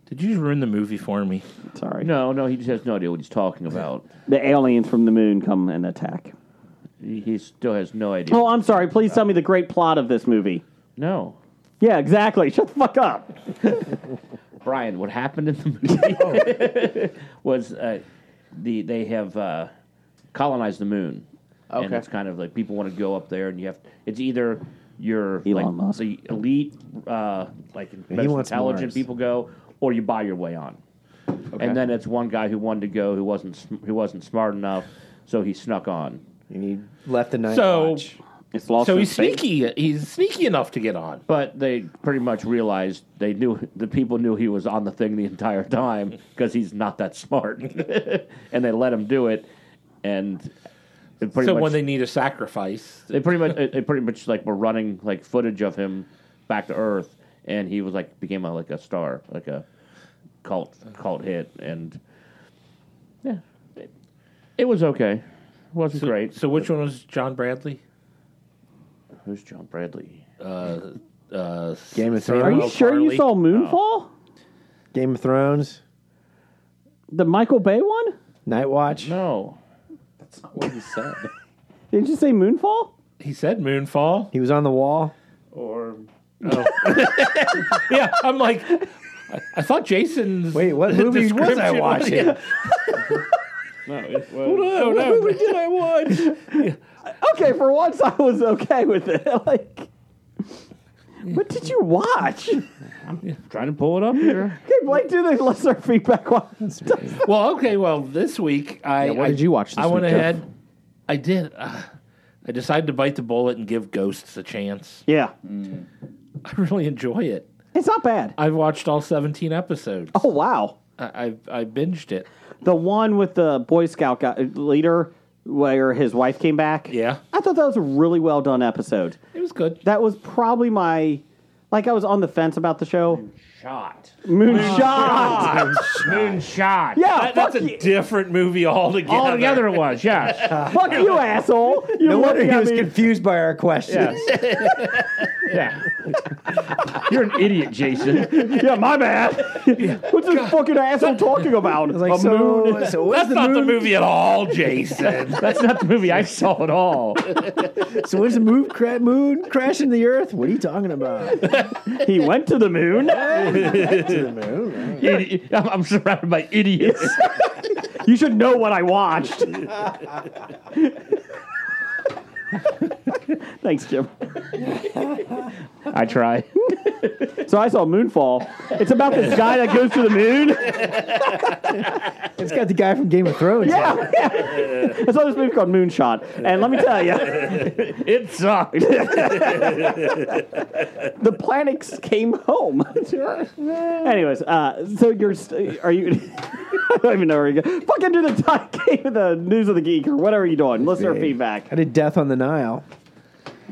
Did you just ruin the movie for me?
Sorry.
no, no, he just has no idea what he's talking about.
The aliens from the moon come and attack.
He, he still has no idea.
Oh, I'm sorry. Please tell me the great plot of this movie.
No.
Yeah, exactly. Shut the fuck up.
Brian, what happened in the movie was uh, the they have uh, colonized the moon, and
Okay.
it's kind of like people want to go up there, and you have it's either you're
Elon
like
Musk.
the elite, uh, like most
wants
intelligent
Mars.
people go, or you buy your way on. And then it's one guy who wanted to go who wasn't sm- who wasn't smart enough, so he snuck on.
And he left the night
So-
watch.
It's lost.
So
in
he's
space.
sneaky. He's sneaky enough to get on.
But they pretty much realized they knew the people knew he was on the thing the entire time because he's not that smart, and they let him do it. And it pretty
so
much
when they need a sacrifice,
they pretty much they pretty much like were running like footage of him back to Earth, and he was like became a, like a star, like a cult cult hit, and yeah, it, it was okay. It wasn't great.
So which one was John Bradley?
Who's John Bradley?
Uh,
Game of
Are
Thrones.
you sure you
Farley.
saw Moonfall?
Game of Thrones.
The Michael Bay one?
Night watch.
No,
What you said?
Didn't you say Moonfall?
He said Moonfall.
He was on the wall.
or
yeah, I'm like, I, I thought Jason's.
Wait, what movie was I
description
watching?
yeah.
no, it was.
No, no.
did I watch? okay, for once I was okay with it. Like, what did you watch? Okay,
trying to pull it up here.
Blake, do the lesser feedback one.
Well, okay. Well, this week I.
Yeah, what
I-
did you watch this
I went
week, Jeff?
ahead. I did. Uh, I decided to bite the bullet and give Ghosts a chance.
Yeah,
I really enjoy it.
it's not bad.
I've watched all 17 episodes.
Oh wow,
I, I I binged it.
the one with the Boy Scout guy, leader where his wife came back.
Yeah.
I thought that was a really well done episode.
It was good.
That was probably my like I was on the fence about the show.
Shot.
Moonshot.
Moonshot.
Yeah,
That- that's
fuck
a
you.
different movie altogether.
Altogether it was, yes.
Fuck you, asshole. You
No wonder
looked
he
at
was
me-
confused by our questions.
yeah. You're an idiot, Jason.
Yeah, my bad. What's this fucking asshole talking about?
I was like,
A
so,
moon-
so when's
That's
the
not
moon?
the movie at all, Jason.
That's not the movie I saw at all.
So when's the moon, cra- moon crashing the Earth? What are you talking about?
he went to the moon.
the moon.
Idi- I'm, I'm surrounded by idiots.
You should know what I watched. Thanks, Jim.
I try.
So I saw Moonfall. It's about this guy that goes to the moon.
It's got the guy from Game of Thrones. Yeah.
Yeah, yeah. I saw this movie called Moonshot, and let me tell you,
It sucked.
the planets came home. Anyways, uh, so you're st- are you? I don't even know where you go. Fucking do the ti- game of the news of the geek or whatever you doing. Listener feedback.
I did Death on the Nile.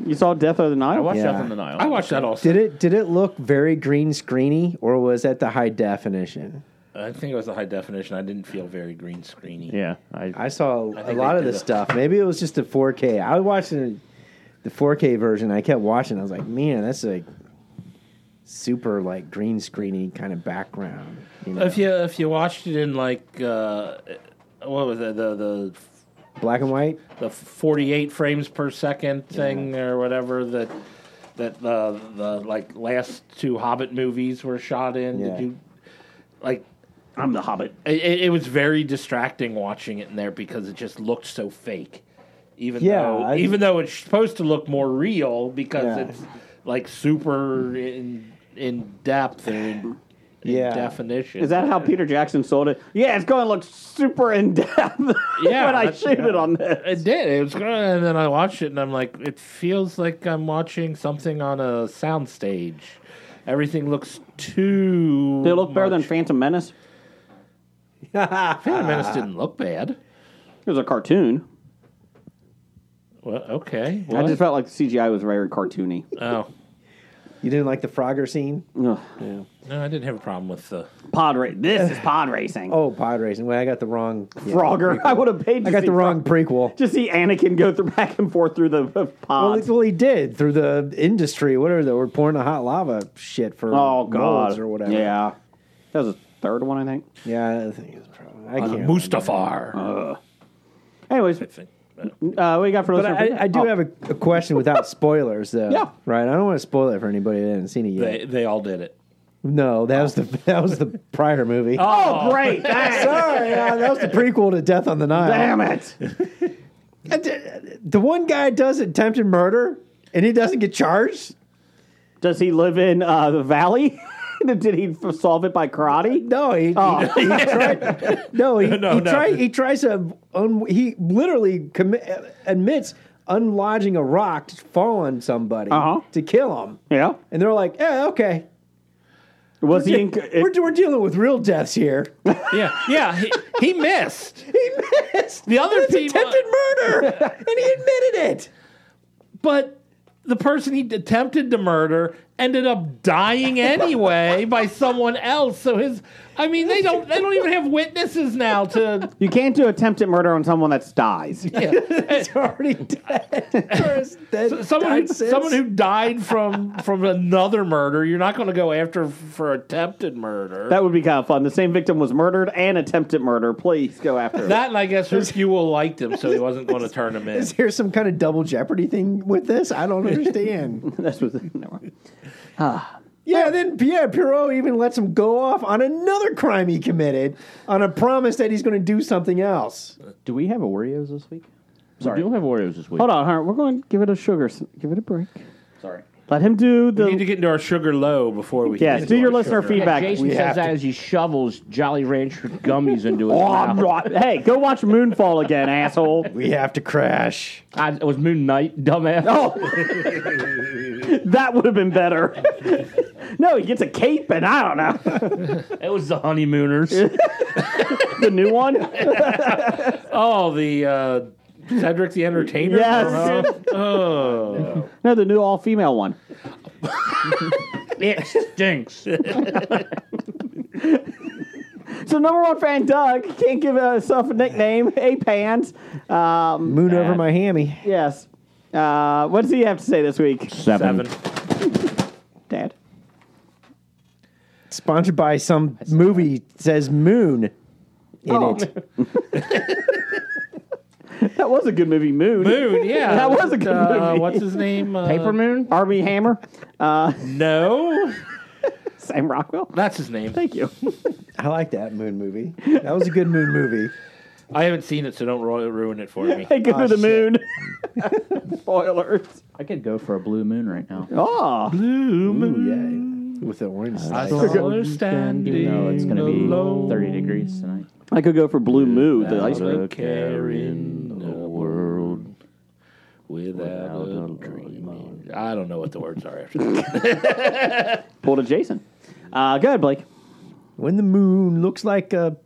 You saw Death of the
I
Nile.
watched
Yeah.
Death on the Nile.
Oh,
I watched that all.
Did it did it look very green screeny or was that the high definition?
I think it was a high definition. I didn't feel very green screeny.
Yeah. I,
I saw
think
a
they
lot of
did
this
a-
stuff. Maybe it was just the 4K. I was watching the 4K version. I kept watching. I was like, man, that's like super like green screeny kind of background. You know,
If you if you watched it in like uh, what was it the the
black and white.
the 48 frames per second thing or whatever that that the the like last two Hobbit movies were shot in.
Yeah.
Did you like?
I'm the Hobbit.
It, it it was very distracting watching it in there because it just looked so fake. Even
Yeah,
though
I-
even though it's supposed to look more real because
Yeah.
it's like super in in depth and in, in
Yeah.
definition.
Is that how Peter Jackson sold it? Yeah, it's going to look super in depth
Yeah,
when I
that's-
shoot it on this.
It did. It was good. And then I watched it, and I'm like, it feels like I'm watching something on a soundstage. Everything looks too.
They look better than
much-
Phantom Menace. It
Phantom Menace
Ah.
didn't look bad.
was a cartoon.
Well, okay.
I
what?
just felt like the CGI was very cartoony.
oh
You didn't like the Frogger scene?
Ugh.
no, I didn't have a problem with the.
Pod race. This is pod racing.
Oh, pod racing. Wait, I got the wrong. yeah.
Frogger. I would have paid. To
I got
see
the wrong
Frog-
prequel.
to see Anakin go through back and forth through the uh,
Well,
pods.
he- well, he did through the industry, whatever. They were pouring the hot lava shit
oh
for molds
god,
or whatever.
Yeah, that was the third one, I think.
yeah. I think it's probably. I can't.
Mustafar.
Oh. Anyways, uh, what you got for
But
listener?
I, I do
Oh,
have a, a question without spoilers, though.
Yeah.
Right. I don't want to spoil it for anybody that hasn't seen it yet.
they they all did it.
No, that was the that was the prior movie.
Oh, great! Thanks.
Sorry, yeah, that was the prequel to Death on the Nile.
Damn it!
I did- The one guy does attempted murder and he doesn't get charged.
Does he live in uh, the valley? Did he f- solve it by karate?
No, he,
Oh.
he, he tried. No, he,
No,
he,
no.
Tried, he tries to. Un, he literally commi- admits unlodging a rock to fall on somebody
Uh-huh.
to kill him,
Yeah.
and they're like, "Yeah, okay,
Was he? In,
we're, we're dealing with real deaths here."
Yeah, yeah. He, he missed.
He missed.
The other
It's
people-
attempted murder, and he admitted it.
but the person he attempted to murder ended up dying anyway by someone else. So his, I mean, they don't they don't even have witnesses now to.
you can't do attempted murder on someone that's dies.
He's already dead. He's dead
Someone who,
died since.
someone who died from from another murder, you're not going to go after f- for attempted murder. That,
That would be kind of fun. The same victim was murdered and attempted mewder. Please go after him.
and I guess her fuel liked him, so he wasn't going to turn him in.
Is there some kind of double jeopardy thing with this? I don't understand.
That's what. Never mind.
yeah, then Pierre Perot even lets him go off on another crime he committed on a promise that he's going to do something else.
Do we have a Oreos this week?
we do have Oreos this week.
Hold on, Hunter. We're going to give it a sugar. s- Give it a break.
Sorry.
Let him do
We need to
the.
get into our sugar low before we.
Yes,
get
do
into
your
our
listener
sugar.
feedback.
Jason
We
says
have
that
to-
as he shovels Jolly Rancher gummies into his
Oh, I'm
mouth.
right. Hey, go watch Moonfall again, asshole.
We have to crash.
I, it was Moon Knight, dumbass.
Oh. That would have been better. no, he gets a cape, and I don't know
It was the Honeymooners.
the new one.
Oh, the uh, Cedric the Entertainer.
Yes.
Uh-huh.
No, the new all-female one.
it stinks.
So number one fan Doug can't give himself a nickname. Hey, pans. Um,
Moon over my hammy.
yes. Uh, what does he have to say this week,
Seven.
Seven.
Dad?
Sponsored by some movie that says Moon in it.
That was a good movie, Moon.
Moon. Yeah,
That was a good
uh,
movie.
What's his name? Uh,
Paper Moon?
Army Hammer,
No,
Sam Rockwell.
that's his name.
Thank you.
I like that Moon movie. That was a good Moon movie.
I haven't seen it, so don't ru- ruin it for me.
Hey, go
Ah,
to the
shit.
moon. Spoilers.
I could go for a blue moon right now.
Oh,
Ooh, yeah. Uh, With the orange
I
slice.
saw her standing
Even though it's going to be
alone.
30 degrees tonight.
I could go for Blue Moon, the ice
uh,
cream.
care in the world without, a dream. I don't know what the words are after that.
Pulled a Jason. Uh, go ahead, Blake.
When the moon looks like a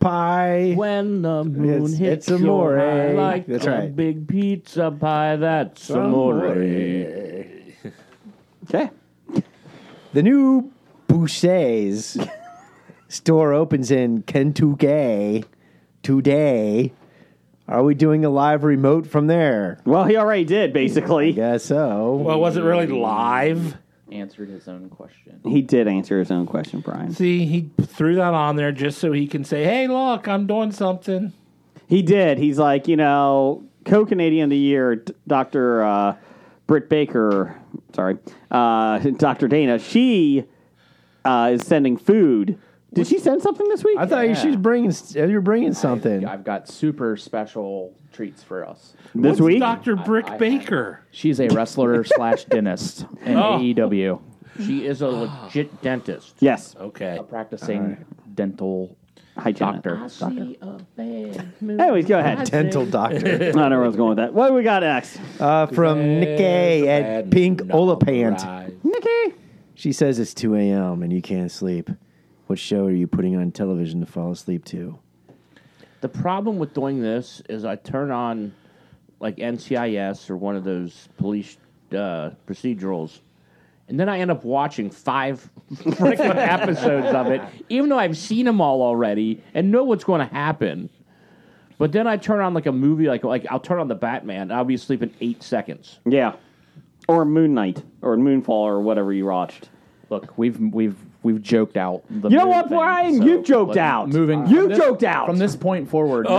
pie.
When the moon
It's-
hits
it's a more,
your eye
eh?
like
That's
a
right.
big pizza pie, that's some more.
Okay.
The new Boucher's store opens in Kentucky today. Are we doing a live remote from there?
Well, he already did, basically.
Guess so.
Well, was it really live?
Answered his own question.
He did answer his own question, Brian.
See, he threw that on there just so he can say, "Hey, look, I'm doing something."
He did. He's like, you know, co Canadian of the Year, D- Dr. Uh, Britt Baker, sorry, uh, Dr. Dana, she uh, is sending food. Did she send something this week?
I thought you she was bringing. uh, You're bringing something.
I've got super special treats for us.
this week?
Doctor Brick Baker.
She's a wrestler slash dentist in E
Oh.
AEW,
She is a legit dentist.
yes.
Okay,
a practicing dental
Hi,
doctor.
Doctor. Anyways, go ahead.
Dental doctor
I don't know where I was going with that. What do we got next?
uh, from Nikkei at Pink Olapant.
Nikki.
She says it's 2 a.m. and you can't sleep. What show are you putting on television to fall asleep to?
The problem with doing this is I turn on like NCIS or one of those police uh, procedurals, and then I end up watching five freaking episodes of it, even though I've seen them all already and know what's going to happen. But then I turn on like a movie, like like I'll turn on the Batman, and I'll be asleep in eight seconds.
Yeah. Or Moon Knight or Moonfall or whatever you watched.
Look, we've we've we've joked out. The
You know
moon
what,
thing,
Brian?
so
you joked
let's-
out.
Moving.
You
from this-
joked out.
from this point forward.
Oh,
No,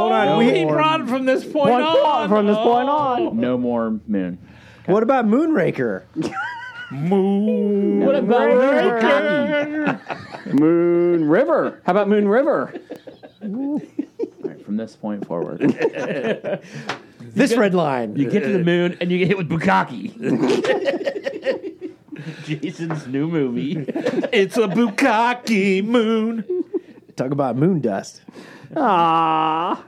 hold on.
we
We brought it from this point
Point forward,
on.
from this point on.
no more moon.
What about Moonraker?
Moo.
What about Moon Moon River? How about Moon River?
All right, from this point forward,
This red line.
You get to the moon and you get hit with bukkake. Jason's new movie.
It's a bukkake moon.
Talk about moon dust.
Ah.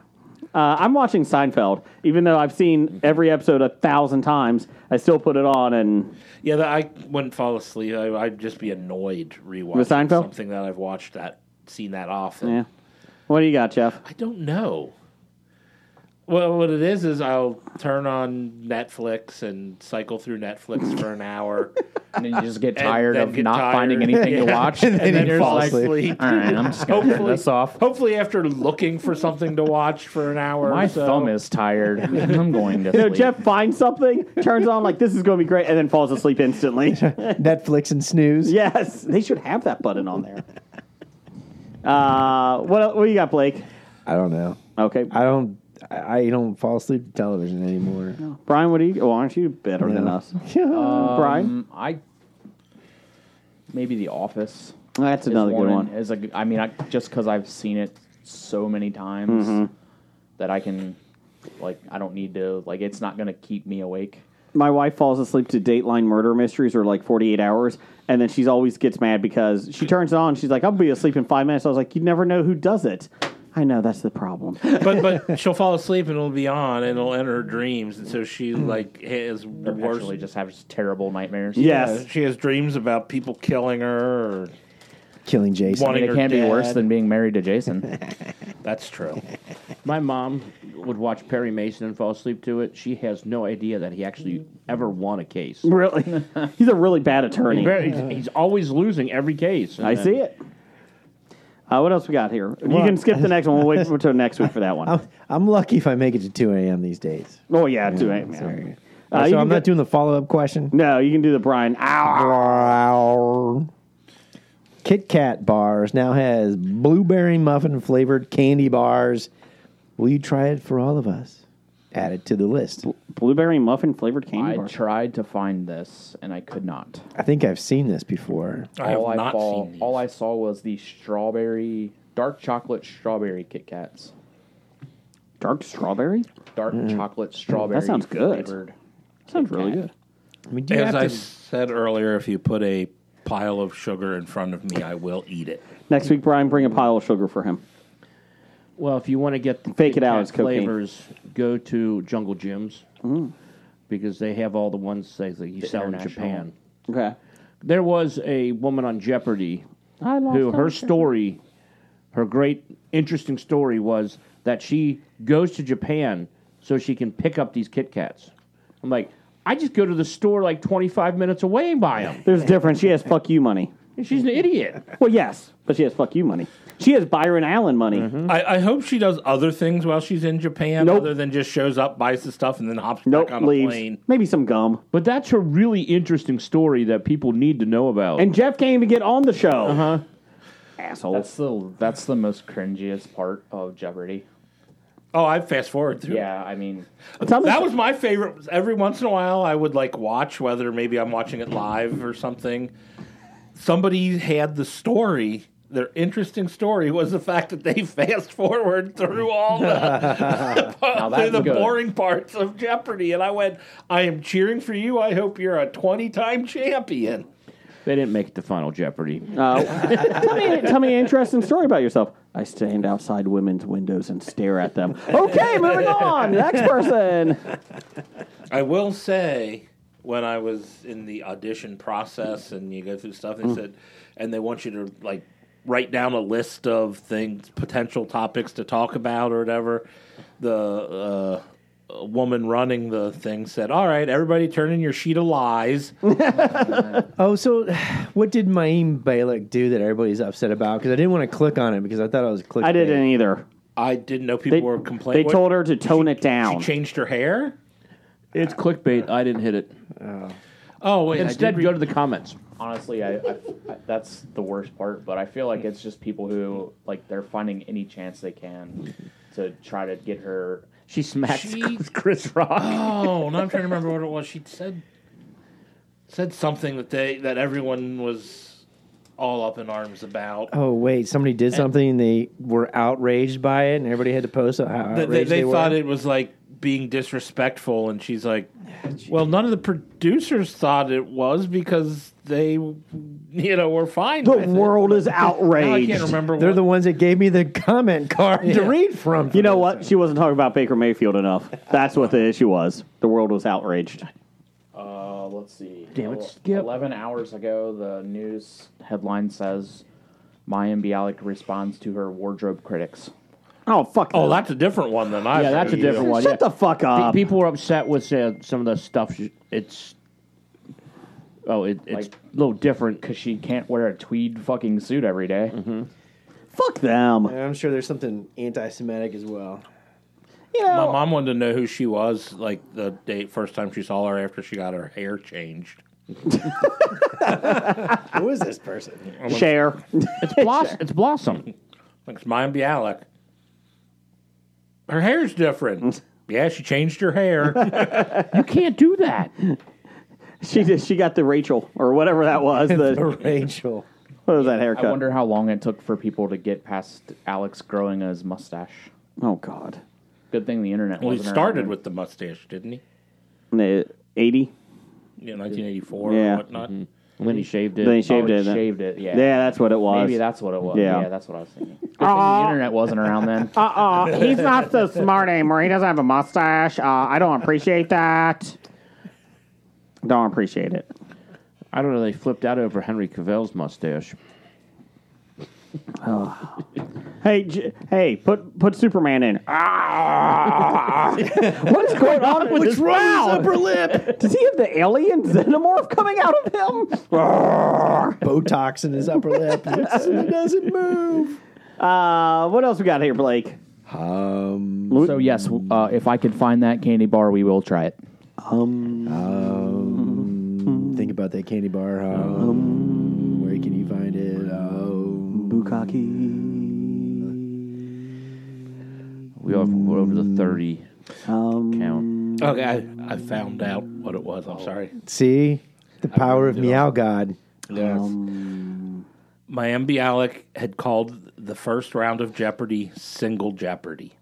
Uh, I'm watching Seinfeld, even though I've seen every episode a thousand times. I still put it on, and
Yeah, that, I wouldn't fall asleep. I, I'd just be annoyed rewatching
With Seinfeld?
something that I've watched that seen that often.
yeah. What do you got, Jeff?
I don't know. Well, what it is is I'll turn on Netflix and cycle through Netflix for an hour,
and then you just get
And
tired
then
of
get
not
tired.
finding anything to
Yeah.
watch,
And then
you're
fall
like,
asleep.
All right, I'm just gonna turn
Hopefully-
this off.
Hopefully, after looking for something to watch for an hour,
My
or so.
thumb is tired. I'm going to
You know,
sleep.
Jeff finds something, turns on like this is going to be great, and then falls asleep instantly.
Netflix and snooze.
yes, they should have that button on there. Uh, what el- what you got, Blake?
I don't know.
Okay,
I don't. I I don't fall asleep to television anymore.
Brian, what do you? Well, aren't you better than
Yeah.
us, Uh, Brian?
Um, I maybe The Office.
That's
is
another good
one.
one.
Is a g- I mean, I, just because I've seen it so many
Mm-hmm.
times that I can, like, I don't need to. Like, it's not going to keep me awake.
my wife falls asleep to Dateline murder mysteries or like 48 hours, and then she's always gets mad because she turns it on. She's like, "I'll be asleep in five minutes." I was like, "You never know who does it." I know that's the problem.
but but she'll fall asleep and it'll be on and it'll enter her dreams and so she
Hmm.
like has worse.
Perpetually just have terrible nightmares.
yes,
She has dreams about people killing her. Or,
Killing Jason.
Wanting-
I mean, it
Her
can't be worse
dad.
than being married to Jason.
that's true.
My mom
Um,
would watch Perry Mason and fall asleep to it. She has no idea that he actually ever won a case.
really. He's a really bad attorney.
He's, he's always losing every case.
I see it. Uh, what else we got here? You can skip the next one. We'll wait until next week for that one.
I'm, I'm lucky if I make it to 2 a.m. these days.
Oh yeah, do it. man.
Sorry.
Uh, you
so I'm
can
not
get-
doing the follow up question.
No, you can do the Brian. Ow.
Kit Kat bars now has blueberry muffin flavored candy bars. Will you try it for all of us? Add it to the list.
Blueberry muffin flavored candy
I
bar.
tried to find this and I could not.
I think I've seen this before.
I have
all I
not
fall-
seen these.
all I saw was the strawberry dark chocolate strawberry Kit Kats.
Dark strawberry.
Dark chocolate strawberry.
Mm. sounds good.
flavored.
Sounds really good.
I mean, do you
As
have
I
to-
said earlier, if you put a pile of sugar in front of me, I will eat it.
Next week, Brian, bring a pile of sugar for him.
Well, if you want to get the
Fake
Kit
it out,
Kat
it's cocaine. Mm.
flavors, go to Jungle Gyms because they have all the ones that that you sell in
international.
Japan.
Okay.
There was a woman on Jeopardy who her story, her great interesting story was that she goes to Japan so she can pick up these Kit Kats. I'm like, I just go to the store like 25 minutes away and buy them.
There's a difference. She has fuck you money.
She's an idiot.
Well, yes, but she has fuck you money. She has Byron Allen money.
I, I hope she does other things while she's in Japan,
Nope.
other than just shows up, buys the stuff, and then hops
Nope,
back on a
leaves.
plane.
Maybe some gum.
But that's her really interesting story that people need to know about.
And Jeff can't even get on the show. Uh huh. Asshole.
That's the that's the most cringiest part of Jeopardy.
Oh, I fast forward through. it.
Yeah, I mean,
Tell me-
That was my favorite. Every once in a while, I would like watch whether maybe I'm watching it live or something. Somebody had the story. Their interesting story was the fact that they fast forward through all the through
that's
the
good.
boring parts of Jeopardy, and I went, "I am cheering for you. I hope you're a 20 time champion."
they didn't make it to Final Jeopardy.
Oh.
tell, me, tell me an interesting story about yourself. Uh, I stand outside women's windows and stare at them. Okay, moving on. Next person.
I will say, when I was in the audition process and you go through stuff,
Mm.
they said, and they want you to like write down a list of things, potential topics to talk about or whatever. The uh, woman running the thing said, "All right, everybody, turn in your sheet of lies."
oh, so what did Maim Balik do that everybody's upset about? Because I didn't want to click on it because I thought I was clicking.
I didn't either.
I didn't know people
They,
were complaining.
they told her to tone it down.
she changed her hair.
It's clickbait. I didn't hit it.
Oh wait, I did
Instead,
read-
go to the comments.
honestly, I, I, I that's the worst part. But I feel like it's just people who like they're finding any chance they can to try to get her.
She smacks
She-
Chris Rock.
Oh, now I'm trying to remember what it was. She said said something that they that everyone was all up in arms about.
Oh wait, somebody
Eh.
did something and they were outraged by it, and everybody had to post how outraged
They, they,
they,
they
were.
thought it was like being disrespectful, and she's like, "Well, none of the producers thought it was because they, you know, were fine."
the
with it."
world is
Now I
outraged.
can't remember.
They're
what-
the ones that gave me the comment card to read from.
You know what? She wasn't talking about Baker Mayfield enough. That's what the issue was. The world was outraged.
Uh, let's see.
Damn it,
El-
Skip.
Eleven hours ago, the news headline says Maya Bialik responds to her wardrobe critics.
Oh fuck!
Oh,
that.
that's a different one than I.
Yeah, that's a different one.
Shut
yeah.
the fuck
Pe-
up.
People were upset with uh, some of the stuff. She, it's oh, it, it's
Like-
a little different. Mm-hmm.
Because she can't wear a tweed fucking suit every day.
fuck them.
I'm sure there's something anti-Semitic as well.
You know,
My mom wanted to know who she was, like the day first time she saw her after she got her hair changed.
Who is this person?
share.
It's blossom. It's blossom.
It's Maya Bialik. Her hair's different. yeah, she changed her hair.
You can't do that.
she did, she got the Rachel or whatever that was. The,
Rachel.
what was that
I
haircut?
wonder how long it took for people to get past Alex growing his mustache.
oh god.
Good thing the internet.
well, he
wasn't around
started
then.
with the mustache, didn't he?
It, 80?
Yeah, 1984
Yeah.
or whatnot.
And then he shaved it.
Then he shaved
Oh,
it.
Shaved it. Yeah.
Yeah, that's what it was.
Maybe that's what it was.
Yeah.
Yeah, that's what I was thinking. Good thing the internet wasn't around then.
Uh-uh. He's not so smart anymore. He doesn't have a mustache. Uh, I don't appreciate that. Don't appreciate it.
I don't know. They flipped out over Henry Cavill's mustache.
Hey, J- hey, put put Superman in. Ah! What's going on with What's wrong upper lip? Does he have the alien xenomorph coming out of him?
Botox in his upper lip. It doesn't move.
Uh, what else we got here, Blake?
Um,
so yes, uh, if I could find that candy bar, we will try it.
think about that candy bar. Um, where can you find it? Um,
We are we're over the 30 count.
Okay, I, I found out what it was. I'm sorry.
see the power of Meow God.
Yes. Mayim Bialik had called the first round of Jeopardy single Jeopardy.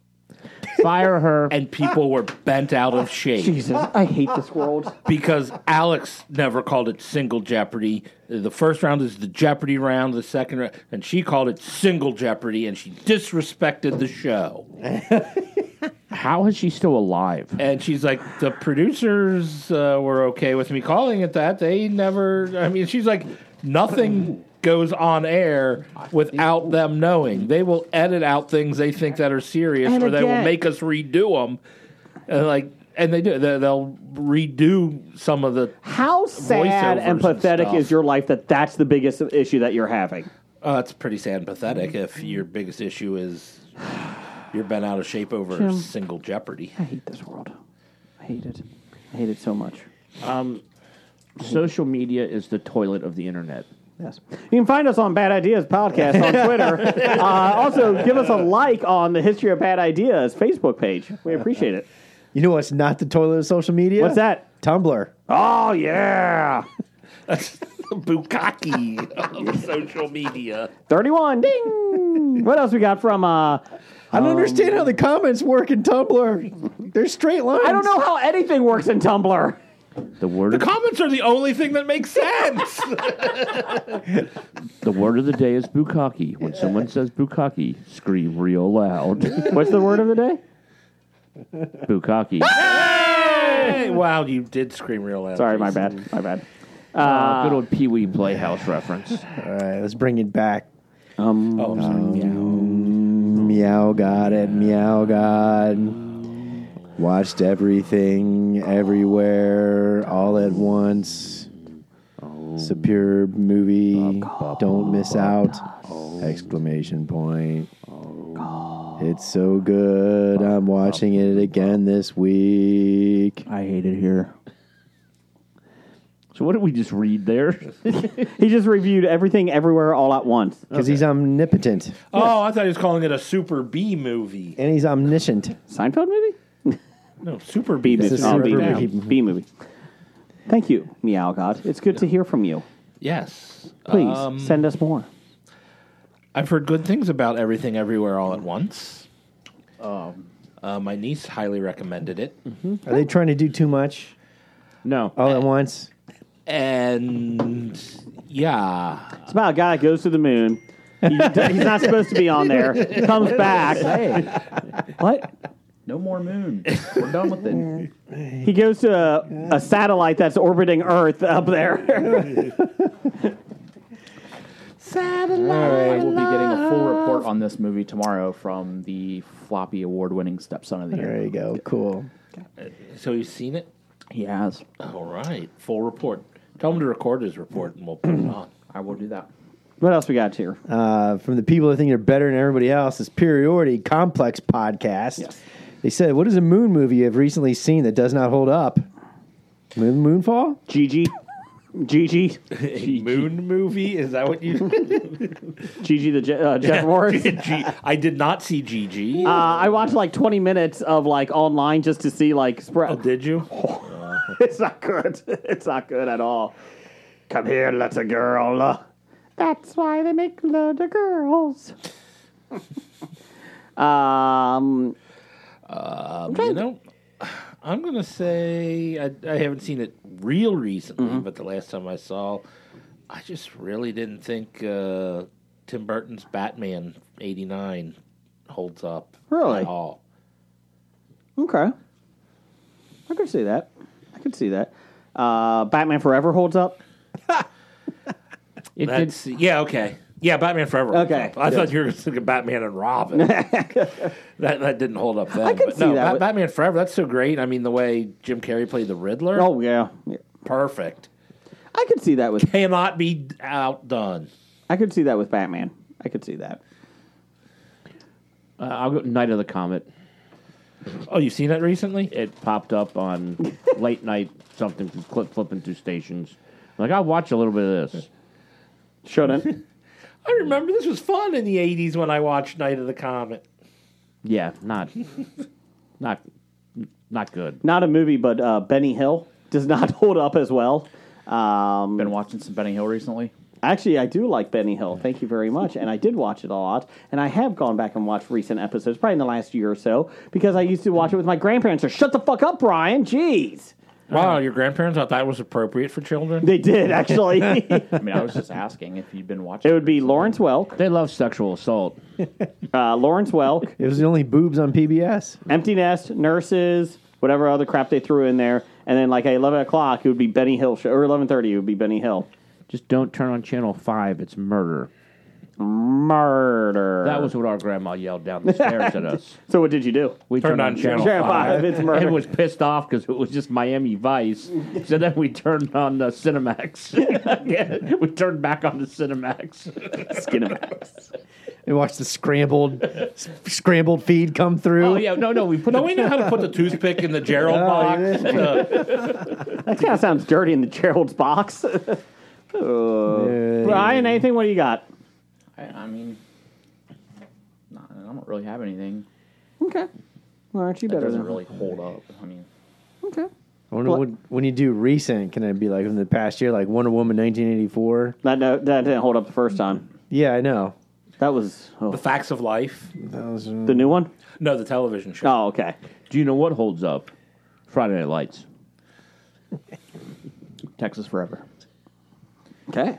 Fire her.
And people were bent out of shape.
Jesus, I hate this world.
because Alex never called it single Jeopardy. The first round is the Jeopardy round, the second round, and she called it single Jeopardy, and she disrespected the show.
How is she still alive?
And she's like, the producers uh, were okay with me calling it that. They never, I mean, she's like, nothing goes on air without them knowing. They will edit out things they think that are serious,
And
or they will
again-
make us redo them. And like, and they do. They- They'll redo some of the
How sad
Voiceovers
and
and
pathetic
stuff.
is your life that that's the biggest issue that you're having?
Uh, it's pretty sad and pathetic if your biggest issue is you're bent out of shape over a single Jeopardy.
I hate this world. I hate it. I hate it so much.
Social media is the toilet of the internet.
Yes. You can find us on Bad Ideas Podcast on Twitter. uh, also, give us a like on the History of Bad Ideas Facebook page. We appreciate it.
You know what's not the toilet of social media?
What's that?
Tumblr.
Oh, yeah.
That's the bukkake of social media.
31. Ding. what else we got from. Uh,
I don't understand how the comments work in Tumblr. They're straight lines.
I don't know how anything works in Tumblr.
The word
The
of,
comments are the only thing that makes sense.
the word of the day is bukkake. When someone says bukkake, scream real loud.
What's the word of the day?
bukkake.
hey, wow, you did scream real loud.
Sorry, my bad. My bad.
Uh, good old Pee Wee Playhouse reference.
All right, let's bring it back. Um, meow God at Meow God. Watched everything, everywhere, all at once. Superb movie. Don't miss out. Exclamation point. It's so good. I'm watching it again this week.
I hate it here.
So what did we just read there?
He just reviewed everything everywhere all at once.
Uh,
Because he's omnipotent
Oh, I thought he was calling it a Super B movie.
and he's omniscient.
Seinfeld movie?
No, Super B
It's
movie.
a super
Already
movie.
down.
B movie. Thank you, Meow God. It's good to hear from you.
Yes.
Please
Um,
send us more.
I've heard good things about Everything Everywhere All at Once. Um, uh, my niece highly recommended it.
Are they trying to do too much
No.
all at once?
And yeah,
It's about a guy that goes to the moon. He, he's not supposed to be on there. Comes back.
Hey,
What?
no more moon. We're done with it.
He goes to a, a satellite that's orbiting Earth up there.
I will be getting a full report on this movie tomorrow from the floppy award-winning stepson of the year.
There you go. Cool.
So you've seen it?
He has.
All right. Full report. Tell him to record his report and we'll put it on.
I will do that.
what else we got here?
uh, from the people that think they're better than everybody else, the Superiority Complex podcast. They said, What is a moon movie you have recently seen that does not hold up? Moon, Moonfall?
Gigi. Gigi.
A moon movie? Is that what you.
Gigi the Je- uh, Jeff Morris. Uh,
G- Uh, I did not see GG.
I watched like 20 minutes of like online just to see like spread.
Oh, did you?
It's not good. It's not good at all. Come here, little girl. That's why they make little girls. um,
Um, you know, I'm gonna say I, I haven't seen it real recently, but the last time I saw, I just really didn't think uh, Tim Burton's Batman '89 holds up
Really?
at all.
Okay. I could see that. I could see that. Uh, Batman Forever holds up.
It did,
That's yeah, okay, yeah, Batman Forever. holds
Okay.
up. I thought you were thinking Batman and Robin. that that didn't hold up. Then.
I could
but
see
no,
that.
Ba- Batman Forever. That's so great. I mean, the way Jim Carrey played the Riddler,
Oh yeah. Yeah.
perfect.
I could see that with
Cannot be outdone.
I could see that with Batman. I could see that.
uh, I'll go Night of the Comet.
Oh, you've seen that recently?
It popped up on late night something from clip flipping through stations. I'm like I'll watch a little bit of this.
Shouldn't.
I remember this was fun in the '80s when I watched Night of the Comet.
Yeah, not, not, not good.
Not a movie, but uh, Benny Hill does not hold up as well. Um,
Been watching some Benny Hill recently.
Actually, I do like Benny Hill. Thank you very much. And I did watch it a lot. And I have gone back and watched recent episodes, probably in the last year or so, because I used to watch it with my grandparents. So shut the fuck up, Brian. Jeez.
Uh-huh.
Wow, your grandparents thought that was appropriate for children.
They did, actually.
I
it
mean, I was just asking if you'd been watching.
would be Lawrence Welk,
They love sexual assault.
uh, Lawrence Welk,
It was the only boobs on PBS.
Empty Nest, Nurses, whatever other crap they threw in there. And then, like, at 11 o'clock, it would be Benny Hill, show, or 11.30, it would be Benny Hill.
Just don't turn on channel five. It's murder.
Murder.
That was what our grandma yelled down the stairs at us.
so what did you do?
We turned, on, channel,
Channel
five.
five, it's murder.
And was pissed off because it was just Miami Vice. so then we turned on the Cinemax. Yeah, we turned back on the Cinemax.
Skinemax.
And watched the scrambled s- scrambled feed come through.
Oh yeah, no, no, we put.
Don't we know how to put the toothpick in the Gerald
Oh,
box? Uh,
that kind of sounds dirty in the Gerald's box.
Uh,
Brian, anything? What do you got?
I, I mean, nah, I don't really have anything
Okay. Well, aren't you
that
better
doesn't
than
really hold up. I mean,
Okay.
I wonder what, when you do recent, can it be like in the past year, like Wonder Woman 1984?
That, no, that didn't hold up the first time.
Yeah, I know.
That was oh,
the Facts of Life.
That was, uh,
the new one.
No, the television show.
Oh, okay.
Do you know what holds up? Friday Night Lights.
Texas Forever.
Okay.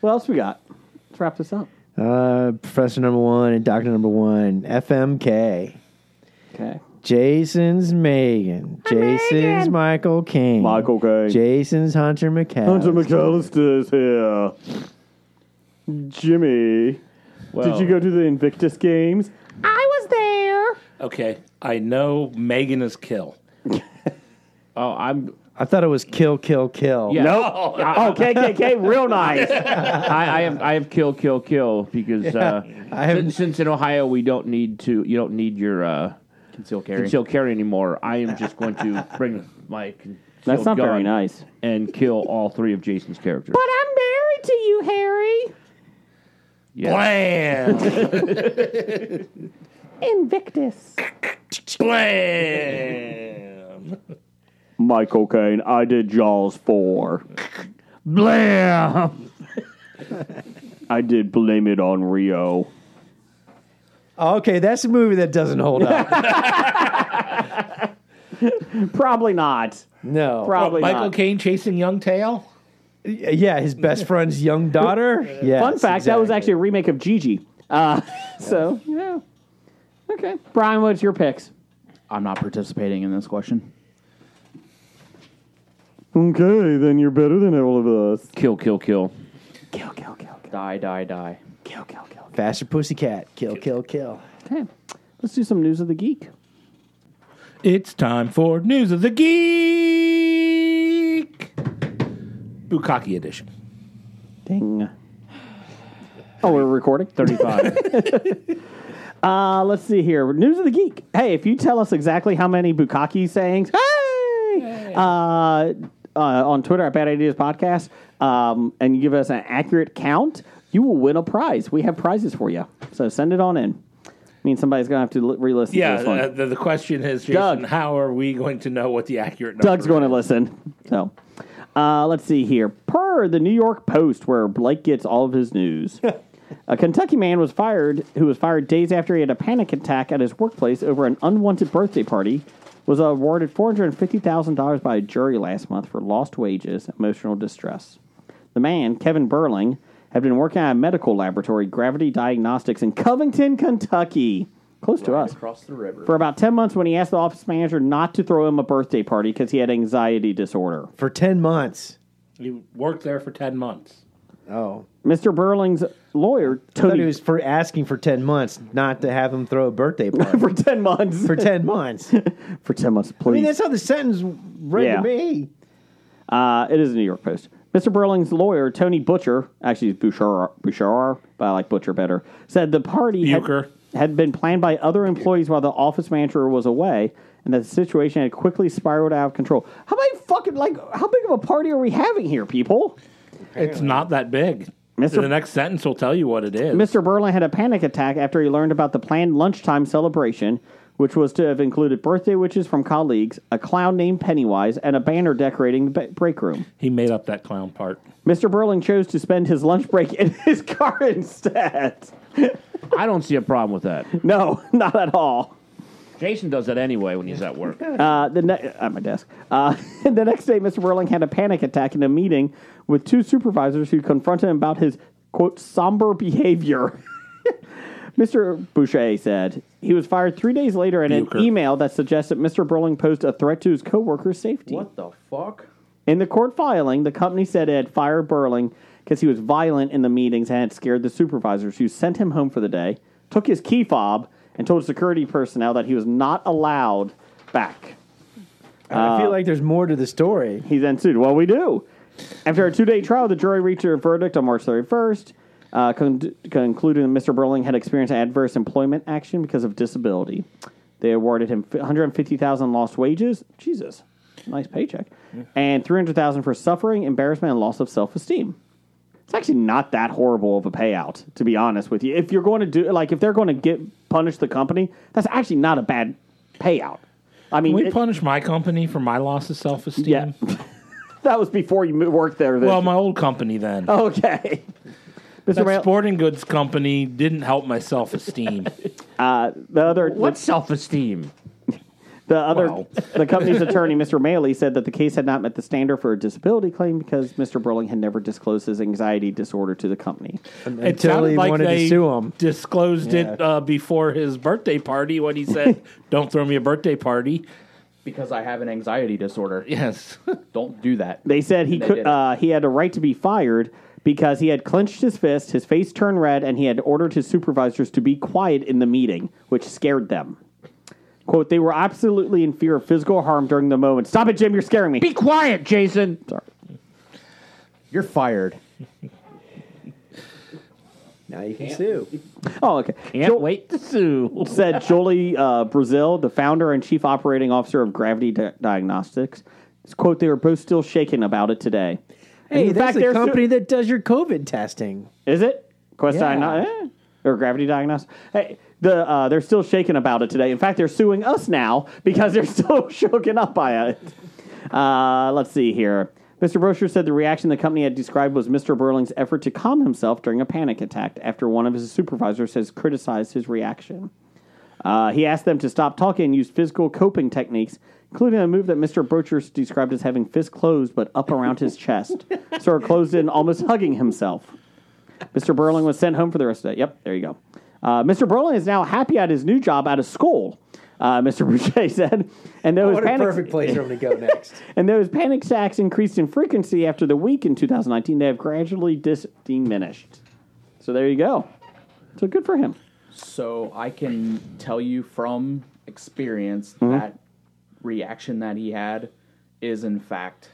What else we got? Let's wrap this up.
uh, Professor Number One and Doctor Number One, FMK,
Okay.
Jason's Megan, Jason's Michael Caine,
Michael Caine.
Jason's Hunter McCall,
McAllister's here. Jimmy,
Well,
to the Invictus Games? I was there.
Okay, I know Megan is kill.
Oh, I'm.
I thought it was Kill Kill Kill.
Yeah.
No,
Oh, KKK, real nice.
I, I have. I have kill, kill, kill because uh,
I have-
since, since in Ohio we don't need to. You don't need your uh,
Conceal carry.
concealed carry anymore. I am just going to bring my. Concealed
That's not
gun
very nice.
And kill all three of Jason's characters.
I'm married to you, Harry.
Yeah.
blam,
Invictus.
blam.
Michael Caine, I did Jaws 4.
Blam!
I did Blame It on Rio.
Okay, that's a movie that doesn't hold up.
Probably not.
No.
Probably
Michael
not.
Caine chasing Young Tail.
Yeah, his best friend's young daughter. Yeah.
Fun fact: that was actually a remake of Gigi. Uh, so yeah, okay. Brian, what's your picks?
I'm not participating in this question.
Okay, then you're better than all of us.
Kill, kill, kill.
Kill, kill, kill, kill,
Die, die, die.
kill, kill, kill.
Faster Pussycat. Kill, kill, kill.
Okay, let's do some news of the geek.
It's time for News of the Geek, Bukaki edition.
Ding. Oh, we're recording. Thirty-five. uh, let's see here. News of the geek. Hey, if you tell us exactly how many Bukaki sayings, hey, Uh, uh, on Twitter at Bad Ideas Podcast, um, and you give us an accurate count, you will win a prize. We have prizes for you, so send it on in. I mean, somebody's gonna have to li- re-listen
Yeah,
to this one.
uh, the, the question is, Jason,
Doug.
how are we going to know what the accurate? Number
Doug's going to
is?
listen. So, uh, let's see here. Per the New York Post, where Blake gets all of his news, a Kentucky man was fired who was fired days after he had a panic attack at his workplace over an unwanted birthday party
was awarded $450,000 by a jury last month for lost wages, emotional distress. The man, Kevin Burling, had been working at a medical laboratory, Gravity Diagnostics, in Covington, Kentucky, close to us,
Across the river.
for about 10 months when he asked the office manager not to throw him a birthday party because he had anxiety disorder.
for ten months.
You worked there for 10 months.
Oh,
Mr. Burling's lawyer,
I thought
Tony,
it was for asking for ten months not to have him throw a birthday party
for 10 months.
for ten months.
for 10 months, please.
I mean, that's how the sentence read
Yeah.
to me.
Uh, it is a New York Post. Mr. Burling's lawyer, Tony Butcher, actually it's Bouchard, Bouchard, but I like Butcher better, said the party had,
Bucher.
had been planned by other employees while the office manager was away, and that the situation had quickly spiraled out of control. How many fucking like how big of a party are we having here, people?
It's not that big.
Mr.
The next sentence will tell you what it is.
Mr. Burling had a panic attack after he learned about the planned lunchtime celebration, which was to have included birthday wishes from colleagues, a clown named Pennywise, and a banner decorating the ba- break room.
He made up that clown part.
Mr. Burling chose to spend his lunch break in his car instead.
I don't see a problem with that.
No, not at all.
Jason does that anyway when he's at work.
Uh, the ne- at my desk. Uh, the next day, Mr. Burling had a panic attack in a meeting with two supervisors who confronted him about his quote somber behavior. Mr. Boucher said he was fired three days later in
Bucher.
an email that suggested Mr. Burling posed a threat to his coworkers' safety.
What the fuck?
In the court filing, the company said it had fired Burling because he was violent in the meetings and had scared the supervisors who sent him home for the day, took his key fob, and told security personnel that he was not allowed back.
I feel like there's more to the story.
He then sued. Well, we do. After a two day trial, the jury reached a verdict on March 31st, uh, con- concluding that Mr. Burling had experienced adverse employment action because of disability. They awarded him fi- 150000 lost wages. Jesus, nice paycheck. And 300000 for suffering, embarrassment, and loss of self esteem. It's actually not that horrible of a payout, to be honest with you. If you're going to do, like, if they're going to get punish the company, that's actually not a bad payout. I mean,
Can we
it-
punish my company for my loss of self esteem?
yeah. that was before you mo- worked there. Then.
Well, my old company then.
Okay. Mr.
that
Mail,
sporting goods company didn't help my self esteem.
the other
What self esteem?
the other
Wow.
the company's attorney, Mr. Maley, said that the case had not met the standard for a disability claim because Mr. Burling had never disclosed his anxiety disorder to the company.
it
Until
sounded
he
like
wanted to
they
sue 'em.
disclosed it uh, before his birthday party when he said, "Don't throw me a birthday party."
Because I have an anxiety disorder.
Yes,
Don't do that.
They said he
They
could
did.
uh, he had a right to be fired because he had clenched his fist, his face turned red, and he had ordered his supervisors to be quiet in the meeting, which scared them. Quote, they were absolutely in fear of physical harm during the moment. Stop it, Jim, you're scaring me.
Be quiet, Jason.
You're fired.
Now you can sue.
Oh, okay.
Can't wait to sue.
said Jolie uh, Brazil, the founder and chief operating officer of Gravity Di- Diagnostics. Quote, they were both still shaken about it today. And
Hey,
in
that's
fact,
the
they're su-
company that does your COVID testing.
is it? Quest
Yeah.
Diagno- eh? Or Gravity Diagnostics? Hey, the, uh, they're still shaken about it today. In fact, they're suing us now because they're still shaken up by it. Uh, let's see here. Mr. Brocher said the reaction the company had described was Mr. Burling's effort to calm himself during a panic attack after one of his supervisors has criticized his reaction. Uh, he asked them to stop talking and use physical coping techniques, including a move that Mr. Brocher described as having fists closed but up around his chest, sort of closed in, almost hugging himself. Mr. Burling was sent home for the rest of the day. Yep, there you go. Uh, Mr. Burling is now happy at his new job out of school, uh, Mr. Boucher said. And though his
What a
panic-
perfect place for him to go next.
and those panic attacks increased in frequency after the week in 2019. They have gradually dis- diminished. So there you go. So good for him.
So I can tell you from experience
Mm-hmm.
that reaction that he had is in fact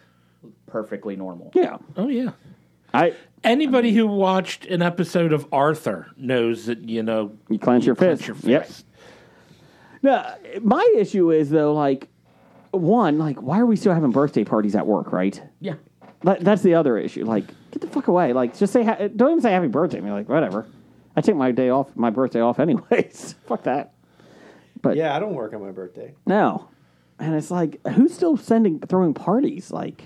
perfectly normal.
Yeah.
oh yeah.
I
Anybody who watched an episode of Arthur knows that you know
you clench your
clench
fist.
your
Yep.
fist.
No, my issue is though, like one, like why are we still having birthday parties at work? Right.
Yeah.
That, that's the other issue. Like get the fuck away. Like just say ha- don't even say happy birthday. I mean, like whatever. I take my day off, my birthday off, anyways. fuck that.
yeah, I don't work on my birthday.
No. And it's like who's still sending throwing parties? Like.